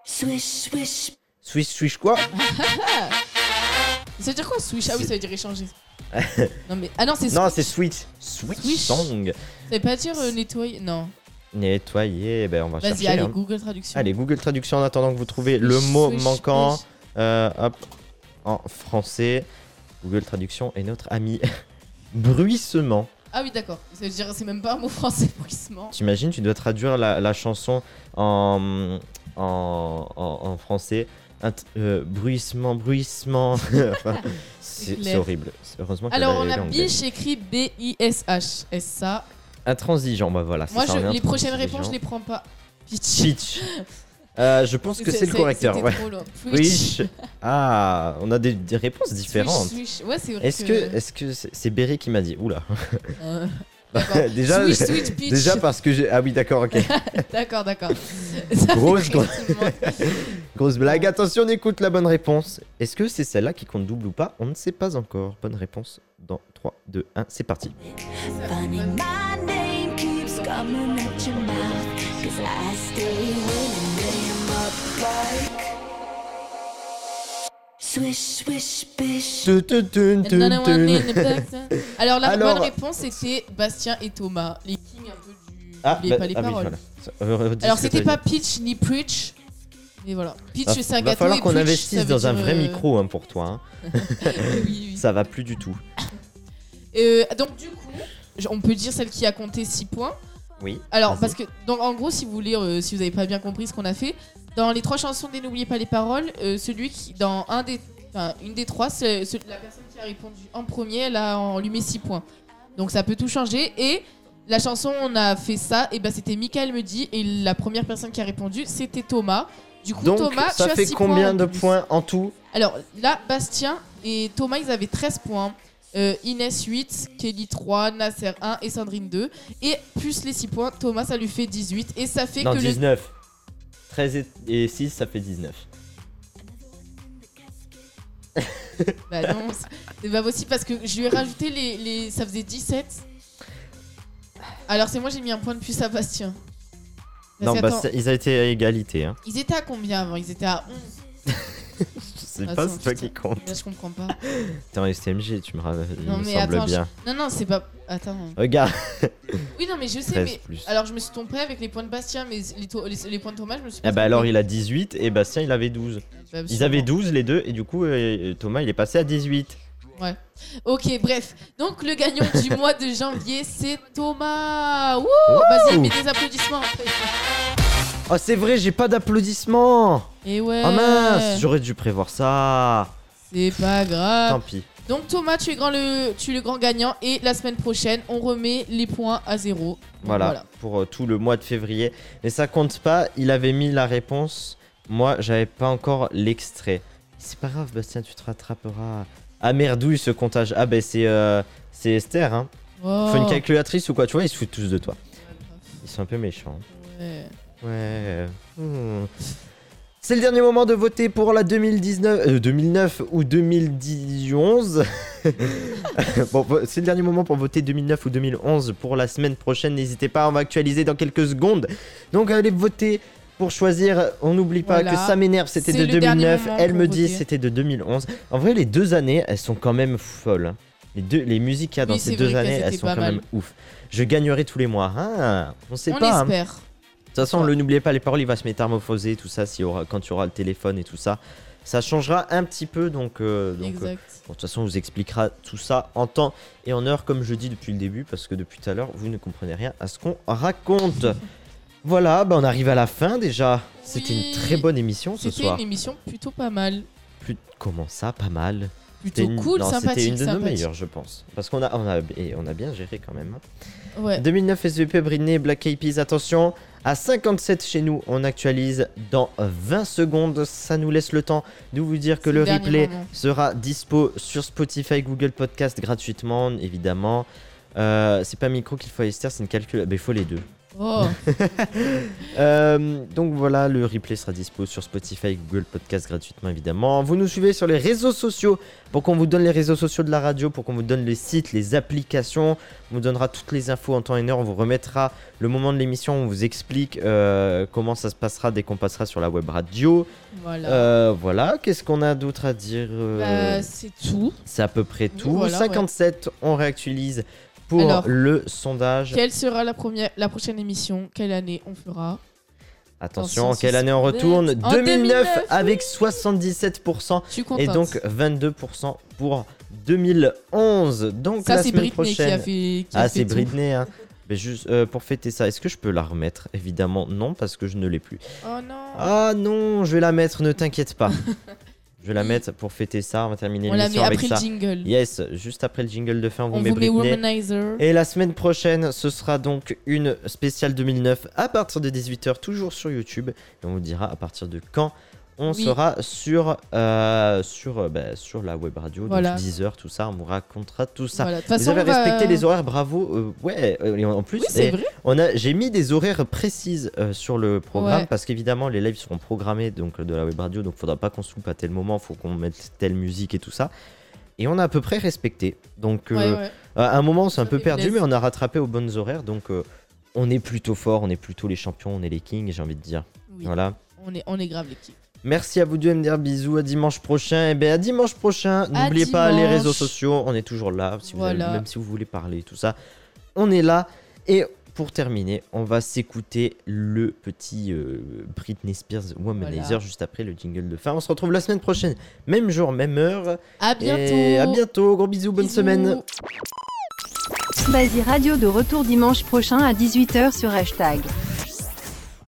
Speaker 5: Swish, swish,
Speaker 1: Swish Swish quoi
Speaker 3: Ça veut dire quoi, switch Ah oui, ça veut dire échanger. non, mais. Ah non, c'est
Speaker 1: Non,
Speaker 3: switch.
Speaker 1: c'est Switch. Switch
Speaker 3: Swish.
Speaker 1: Song.
Speaker 3: Ça veut pas dire euh, nettoyer. Non.
Speaker 1: Nettoyer, ben on va
Speaker 3: Vas-y,
Speaker 1: chercher.
Speaker 3: allez,
Speaker 1: hein.
Speaker 3: Google Traduction.
Speaker 1: Allez, Google Traduction en attendant que vous trouvez le
Speaker 3: Swish,
Speaker 1: mot
Speaker 3: swish,
Speaker 1: manquant.
Speaker 3: swish.
Speaker 1: Euh, hop, en français. Google Traduction est notre ami. Bruissement.
Speaker 3: Ah oui, d'accord. Ça veut dire, c'est même pas un mot français, bruissement.
Speaker 1: T'imagines, tu dois traduire la, la chanson en, en, en- en français. Int- euh, bruissement, bruissement. Enfin, c'est
Speaker 3: clair.
Speaker 1: c'est horrible. C'est- Heureusement qu'elle
Speaker 3: Alors, on
Speaker 1: elle est
Speaker 3: a
Speaker 1: anglaise.
Speaker 3: biche écrit B-I-S-H. Est-ce ça
Speaker 1: Intransigeant, bah voilà. c'est
Speaker 3: Moi,
Speaker 1: ça,
Speaker 3: je-
Speaker 1: on est
Speaker 3: les prochaines
Speaker 1: intransigeant.
Speaker 3: réponses, je les prends pas. Pitch.
Speaker 1: Pitch. Euh, je pense que c'est le correcteur.
Speaker 3: c'était
Speaker 1: Ouais.
Speaker 3: trop long. Switch.
Speaker 1: Pitch. Ah, on a des, des réponses différentes.
Speaker 3: Switch, switch. Ouais, c'est vrai.
Speaker 1: Est-ce que est-ce que c'est c'est Berry qui m'a dit Oula.
Speaker 3: Euh,
Speaker 1: Bah, déjà,
Speaker 3: switch, switch, pitch.
Speaker 1: déjà parce que j'ai ah oui d'accord ok
Speaker 3: D'accord, d'accord. Ça
Speaker 1: Grosse
Speaker 3: fait
Speaker 1: grosse-
Speaker 3: effectivement.
Speaker 1: grosse blague. Attention, on écoute la bonne réponse. Est-ce que c'est celle-là qui compte double ou pas On ne sait pas encore. Bonne réponse dans 3, 2, 1, c'est parti.
Speaker 5: funny, my name keeps coming at your mouth. Cause I stay willingly in my bike. Swish, swish, bish.
Speaker 1: Tun, tun, tun, tun,
Speaker 3: Another one
Speaker 1: tun.
Speaker 3: in the back. Alors, la
Speaker 1: Alors-
Speaker 3: bonne réponse, c'était Bastien et Thomas. Les kings un peu du.
Speaker 1: Ah,
Speaker 3: les,
Speaker 1: bah,
Speaker 3: pas les
Speaker 1: ah oui,
Speaker 3: paroles.
Speaker 1: voilà. Euh, redis
Speaker 3: Alors,
Speaker 1: ce que
Speaker 3: c'était
Speaker 1: t'as
Speaker 3: pas
Speaker 1: dit. Ah,
Speaker 3: pitch ni preach. Mais voilà. Pitch,
Speaker 1: Va-
Speaker 3: c'est un gâteau.
Speaker 1: Va falloir
Speaker 3: et
Speaker 1: qu'on
Speaker 3: preach, ça
Speaker 1: investisse
Speaker 3: veut
Speaker 1: dans un
Speaker 3: dire,
Speaker 1: vrai
Speaker 3: euh,
Speaker 1: micro hein, pour toi. hein.
Speaker 3: oui, oui, oui.
Speaker 1: Ça va plus du tout.
Speaker 3: Euh, donc, du coup, je- on peut dire celle qui a compté 6 points.
Speaker 1: Oui.
Speaker 3: Alors,
Speaker 1: vas-y.
Speaker 3: parce que, donc, en gros, si vous voulez, euh, si vous n'avez pas bien compris ce qu'on a fait, dans les trois chansons des N'oubliez pas les paroles, euh, celui qui, dans un des, enfin, une des trois, c'est- c'est la personne qui a répondu en premier, elle a enlumé 6 points. Donc, ça peut tout changer. Et la chanson, on a fait ça, et ben c'était Michael Meudy, et la première personne qui a répondu, c'était Thomas. Du coup,
Speaker 1: Donc,
Speaker 3: Thomas,
Speaker 1: ça
Speaker 3: tu as
Speaker 1: fait
Speaker 3: six
Speaker 1: combien
Speaker 3: points
Speaker 1: de
Speaker 3: en plus.
Speaker 1: points en tout
Speaker 3: Alors là, Bastien et Thomas, ils avaient 13 points. Euh, Inès 8, Kelly 3, Nasser 1 et Sandrine 2. Et plus les 6 points, Thomas, ça lui fait 18. Et ça fait
Speaker 1: Non,
Speaker 3: que
Speaker 1: 19. 13 et- et 6, ça fait 19.
Speaker 3: le. Bah non, c'est- c'est pas possible parce que je lui ai rajouté les. les- Ça faisait 17. Alors c'est moi, j'ai mis un point de plus à Bastien. Parce
Speaker 1: non, bah,
Speaker 3: qu'attends,
Speaker 1: ça- ils ont été à égalité. Hein.
Speaker 3: ils étaient à combien avant Ils étaient à Ah, 11.
Speaker 1: Je sais
Speaker 3: Attends,
Speaker 1: pas, c'est toi
Speaker 3: putain.
Speaker 1: qui compte.
Speaker 3: Là, je comprends pas.
Speaker 1: T'es en STMG, tu me, ra- il
Speaker 3: Non,
Speaker 1: me
Speaker 3: mais
Speaker 1: semble
Speaker 3: attends,
Speaker 1: bien.
Speaker 3: Non, non, c'est pas. Attends.
Speaker 1: Regarde,
Speaker 3: Oui, non, mais je sais,
Speaker 1: 13
Speaker 3: mais.
Speaker 1: plus.
Speaker 3: Alors, je me suis trompée avec les points de Bastien, mais les, to- les- les points de Thomas, je me suis.
Speaker 1: Ah
Speaker 3: pas
Speaker 1: bah
Speaker 3: trompée.
Speaker 1: alors, il a 18 et Bastien, il avait 12.
Speaker 3: Bah,
Speaker 1: Ils
Speaker 3: sûrement.
Speaker 1: avaient 12 les deux et du coup, euh, euh, Thomas, il est passé à 18.
Speaker 3: Ok, bref. Donc, le gagnant du mois de janvier, c'est Thomas. Wouh Vas-y, mets des applaudissements après.
Speaker 1: Oh, c'est vrai, j'ai pas d'applaudissements
Speaker 3: Et ouais.
Speaker 1: Oh mince, j'aurais dû prévoir ça
Speaker 3: C'est pas
Speaker 1: Tant
Speaker 3: grave.
Speaker 1: pis.
Speaker 3: Donc, Thomas, tu es, grand le... tu es le grand gagnant. Et la semaine prochaine, on remet les points à zéro. Donc,
Speaker 1: Voilà, pour euh, tout le mois de février. Mais ça compte pas, il avait mis la réponse. Moi, j'avais pas encore l'extrait. C'est pas grave, Bastien, tu te rattraperas. Ah merdouille, ce comptage. Ah ben c'est euh, c'est Esther, hein.
Speaker 3: Oh.
Speaker 1: Faut une calculatrice ou quoi, tu vois, ils se foutent tous de toi. Ils sont un peu méchants. hein.
Speaker 3: Ouais.
Speaker 1: Ouais. hmm. C'est le dernier moment de voter pour la 2019, euh, 2009 ou 2011. bon, vo- c'est le dernier moment pour voter 2009 ou 2011 pour la semaine prochaine. N'hésitez pas, on va actualiser dans quelques secondes. Donc allez voter pour choisir. On n'oublie pas
Speaker 3: Voilà.
Speaker 1: que ça m'énerve, c'était
Speaker 3: C'est
Speaker 1: de
Speaker 3: le dernier
Speaker 1: 2009.
Speaker 3: moment
Speaker 1: Elle
Speaker 3: pour
Speaker 1: me dit,
Speaker 3: voter.
Speaker 1: c'était de 2011. En vrai, les deux années, elles sont quand même folles. hein. Les, deux, les musiques qu'il y a dans
Speaker 3: Oui,
Speaker 1: ces
Speaker 3: c'est
Speaker 1: deux
Speaker 3: vrai qu'elles
Speaker 1: années, elles
Speaker 3: étaient
Speaker 1: sont
Speaker 3: pas
Speaker 1: quand
Speaker 3: mal.
Speaker 1: même ouf. Je gagnerai tous les mois. Ah, on sait
Speaker 3: On
Speaker 1: pas. hein.
Speaker 3: espère.
Speaker 1: De toute façon, le n'oubliez pas, les paroles, il va se métamorphoser, tout ça, s'il y aura, quand tu auras le téléphone et tout ça. Ça changera un petit peu, donc... euh, donc euh,
Speaker 3: exact.
Speaker 1: bon, de toute façon, on vous expliquera tout ça en temps et en heure, comme je dis depuis le début, parce que depuis tout à l'heure, vous ne comprenez rien à ce qu'on raconte. voilà, bah, on arrive à la fin déjà. C'était
Speaker 3: Oui.
Speaker 1: une très bonne émission ce
Speaker 3: C'était
Speaker 1: soir.
Speaker 3: une émission plutôt pas mal.
Speaker 1: Plus... Comment ça, pas mal
Speaker 3: Plutôt
Speaker 1: C'était une-
Speaker 3: cool,
Speaker 1: non, C'était
Speaker 3: sympathique.
Speaker 1: une de nos
Speaker 3: sympathique.
Speaker 1: meilleures, je pense. Parce qu'on a, on a, et on a bien géré quand même. hein.
Speaker 3: Ouais.
Speaker 1: 2009 SVP Britney Black Eyed Peas, attention à 57 chez nous, on actualise dans 20 secondes, ça nous laisse le temps de vous dire que
Speaker 3: C'est
Speaker 1: le
Speaker 3: le dernier
Speaker 1: replay
Speaker 3: moment.
Speaker 1: sera dispo sur Spotify, Google Podcast gratuitement évidemment. Euh, c'est pas un micro qu'il faut à Esther, c'est une calcul, mais il faut les deux.
Speaker 3: Oh.
Speaker 1: Euh, donc voilà, le replay sera dispo sur Spotify, Google Podcast gratuitement évidemment. Vous nous suivez sur les réseaux sociaux pour qu'on vous donne les réseaux sociaux de la radio, pour qu'on vous donne les sites, les applications. On vous donnera toutes les infos en temps et en heure. On vous remettra le moment de l'émission. On vous explique euh, comment ça se passera dès qu'on passera sur la web radio.
Speaker 3: Voilà.
Speaker 1: Euh, voilà, qu'est-ce qu'on a d'autre à dire euh,
Speaker 3: Bah, c'est tout.
Speaker 1: C'est à peu près tout.
Speaker 3: voilà, ouais.
Speaker 1: 57, on réactualise pour
Speaker 3: Alors.
Speaker 1: le sondage.
Speaker 3: Quelle sera la, première, la prochaine émission Quelle année on fera
Speaker 1: Attention,
Speaker 3: Attention,
Speaker 1: quelle
Speaker 3: c'est
Speaker 1: année on retourne
Speaker 3: bête. En
Speaker 1: 2009,
Speaker 3: 2009,
Speaker 1: avec 77%
Speaker 3: Je suis contente.
Speaker 1: et donc 22% pour 2011. Donc
Speaker 3: ça
Speaker 1: la
Speaker 3: c'est
Speaker 1: semaine
Speaker 3: Britney
Speaker 1: prochaine.
Speaker 3: qui a fait. Qui a
Speaker 1: ah,
Speaker 3: fait
Speaker 1: c'est
Speaker 3: tout.
Speaker 1: Britney. hein. Mais juste euh, pour fêter ça, est-ce que je peux la remettre Évidemment, non, parce que je ne l'ai plus.
Speaker 3: Oh non.
Speaker 1: Ah non, je vais la mettre, ne t'inquiète pas. je vais la mettre pour fêter ça. On va terminer
Speaker 3: on la met
Speaker 1: l'émission avec
Speaker 3: après le
Speaker 1: ça.
Speaker 3: jingle.
Speaker 1: Yes, juste après le jingle de fin, on vous
Speaker 3: on
Speaker 1: met
Speaker 3: vous met
Speaker 1: Britney.
Speaker 3: Womanizer.
Speaker 1: Et la semaine prochaine, ce sera donc une spéciale 2009 à partir de 18h, toujours sur YouTube. Et on vous dira à partir de quand on
Speaker 3: Oui.
Speaker 1: sera sur, euh, sur, euh, bah, sur la web radio,
Speaker 3: Voilà.
Speaker 1: donc 10h, tout ça. On vous racontera tout ça.
Speaker 3: Voilà. De toute
Speaker 1: Vous
Speaker 3: façon,
Speaker 1: avez
Speaker 3: on va-
Speaker 1: respecté les horaires, bravo. euh, ouais, euh, et en plus,
Speaker 3: Oui, c'est
Speaker 1: eh,
Speaker 3: vrai.
Speaker 1: on a, j'ai mis des horaires précises euh, sur le programme
Speaker 3: Ouais.
Speaker 1: parce qu'évidemment les lives seront programmés donc de la web radio, donc faudra pas qu'on se loupe à tel moment, faut qu'on mette telle musique et tout ça. Et on a à peu près respecté. Donc euh,
Speaker 3: Ouais, ouais.
Speaker 1: à un moment, c'est un
Speaker 3: Ça
Speaker 1: peu
Speaker 3: fait
Speaker 1: perdu, mais
Speaker 3: plaisir.
Speaker 1: on a rattrapé aux bonnes horaires. Donc, euh, on est plutôt fort, on est plutôt les champions, on est les kings, j'ai envie de dire.
Speaker 3: Oui.
Speaker 1: Voilà.
Speaker 3: On, est, on est grave l'équipe.
Speaker 1: Merci à vous deux, MDR. Bisous. À dimanche prochain. Et bien, à dimanche prochain. N'oubliez pas les
Speaker 3: dimanche.
Speaker 1: réseaux sociaux. On est toujours là. Si vous avez-
Speaker 3: Voilà.
Speaker 1: même si vous voulez parler, tout ça. On est là. Et pour terminer, on va s'écouter le petit euh, Britney Spears Womanizer
Speaker 3: Voilà.
Speaker 1: juste après le jingle de fin. On se retrouve la semaine prochaine. Même jour, même heure.
Speaker 3: À bientôt.
Speaker 1: Et à bientôt. Gros bisous. Bonne
Speaker 3: Bisous.
Speaker 1: semaine.
Speaker 2: Vas-y Radio de retour dimanche prochain à 18h sur hashtag.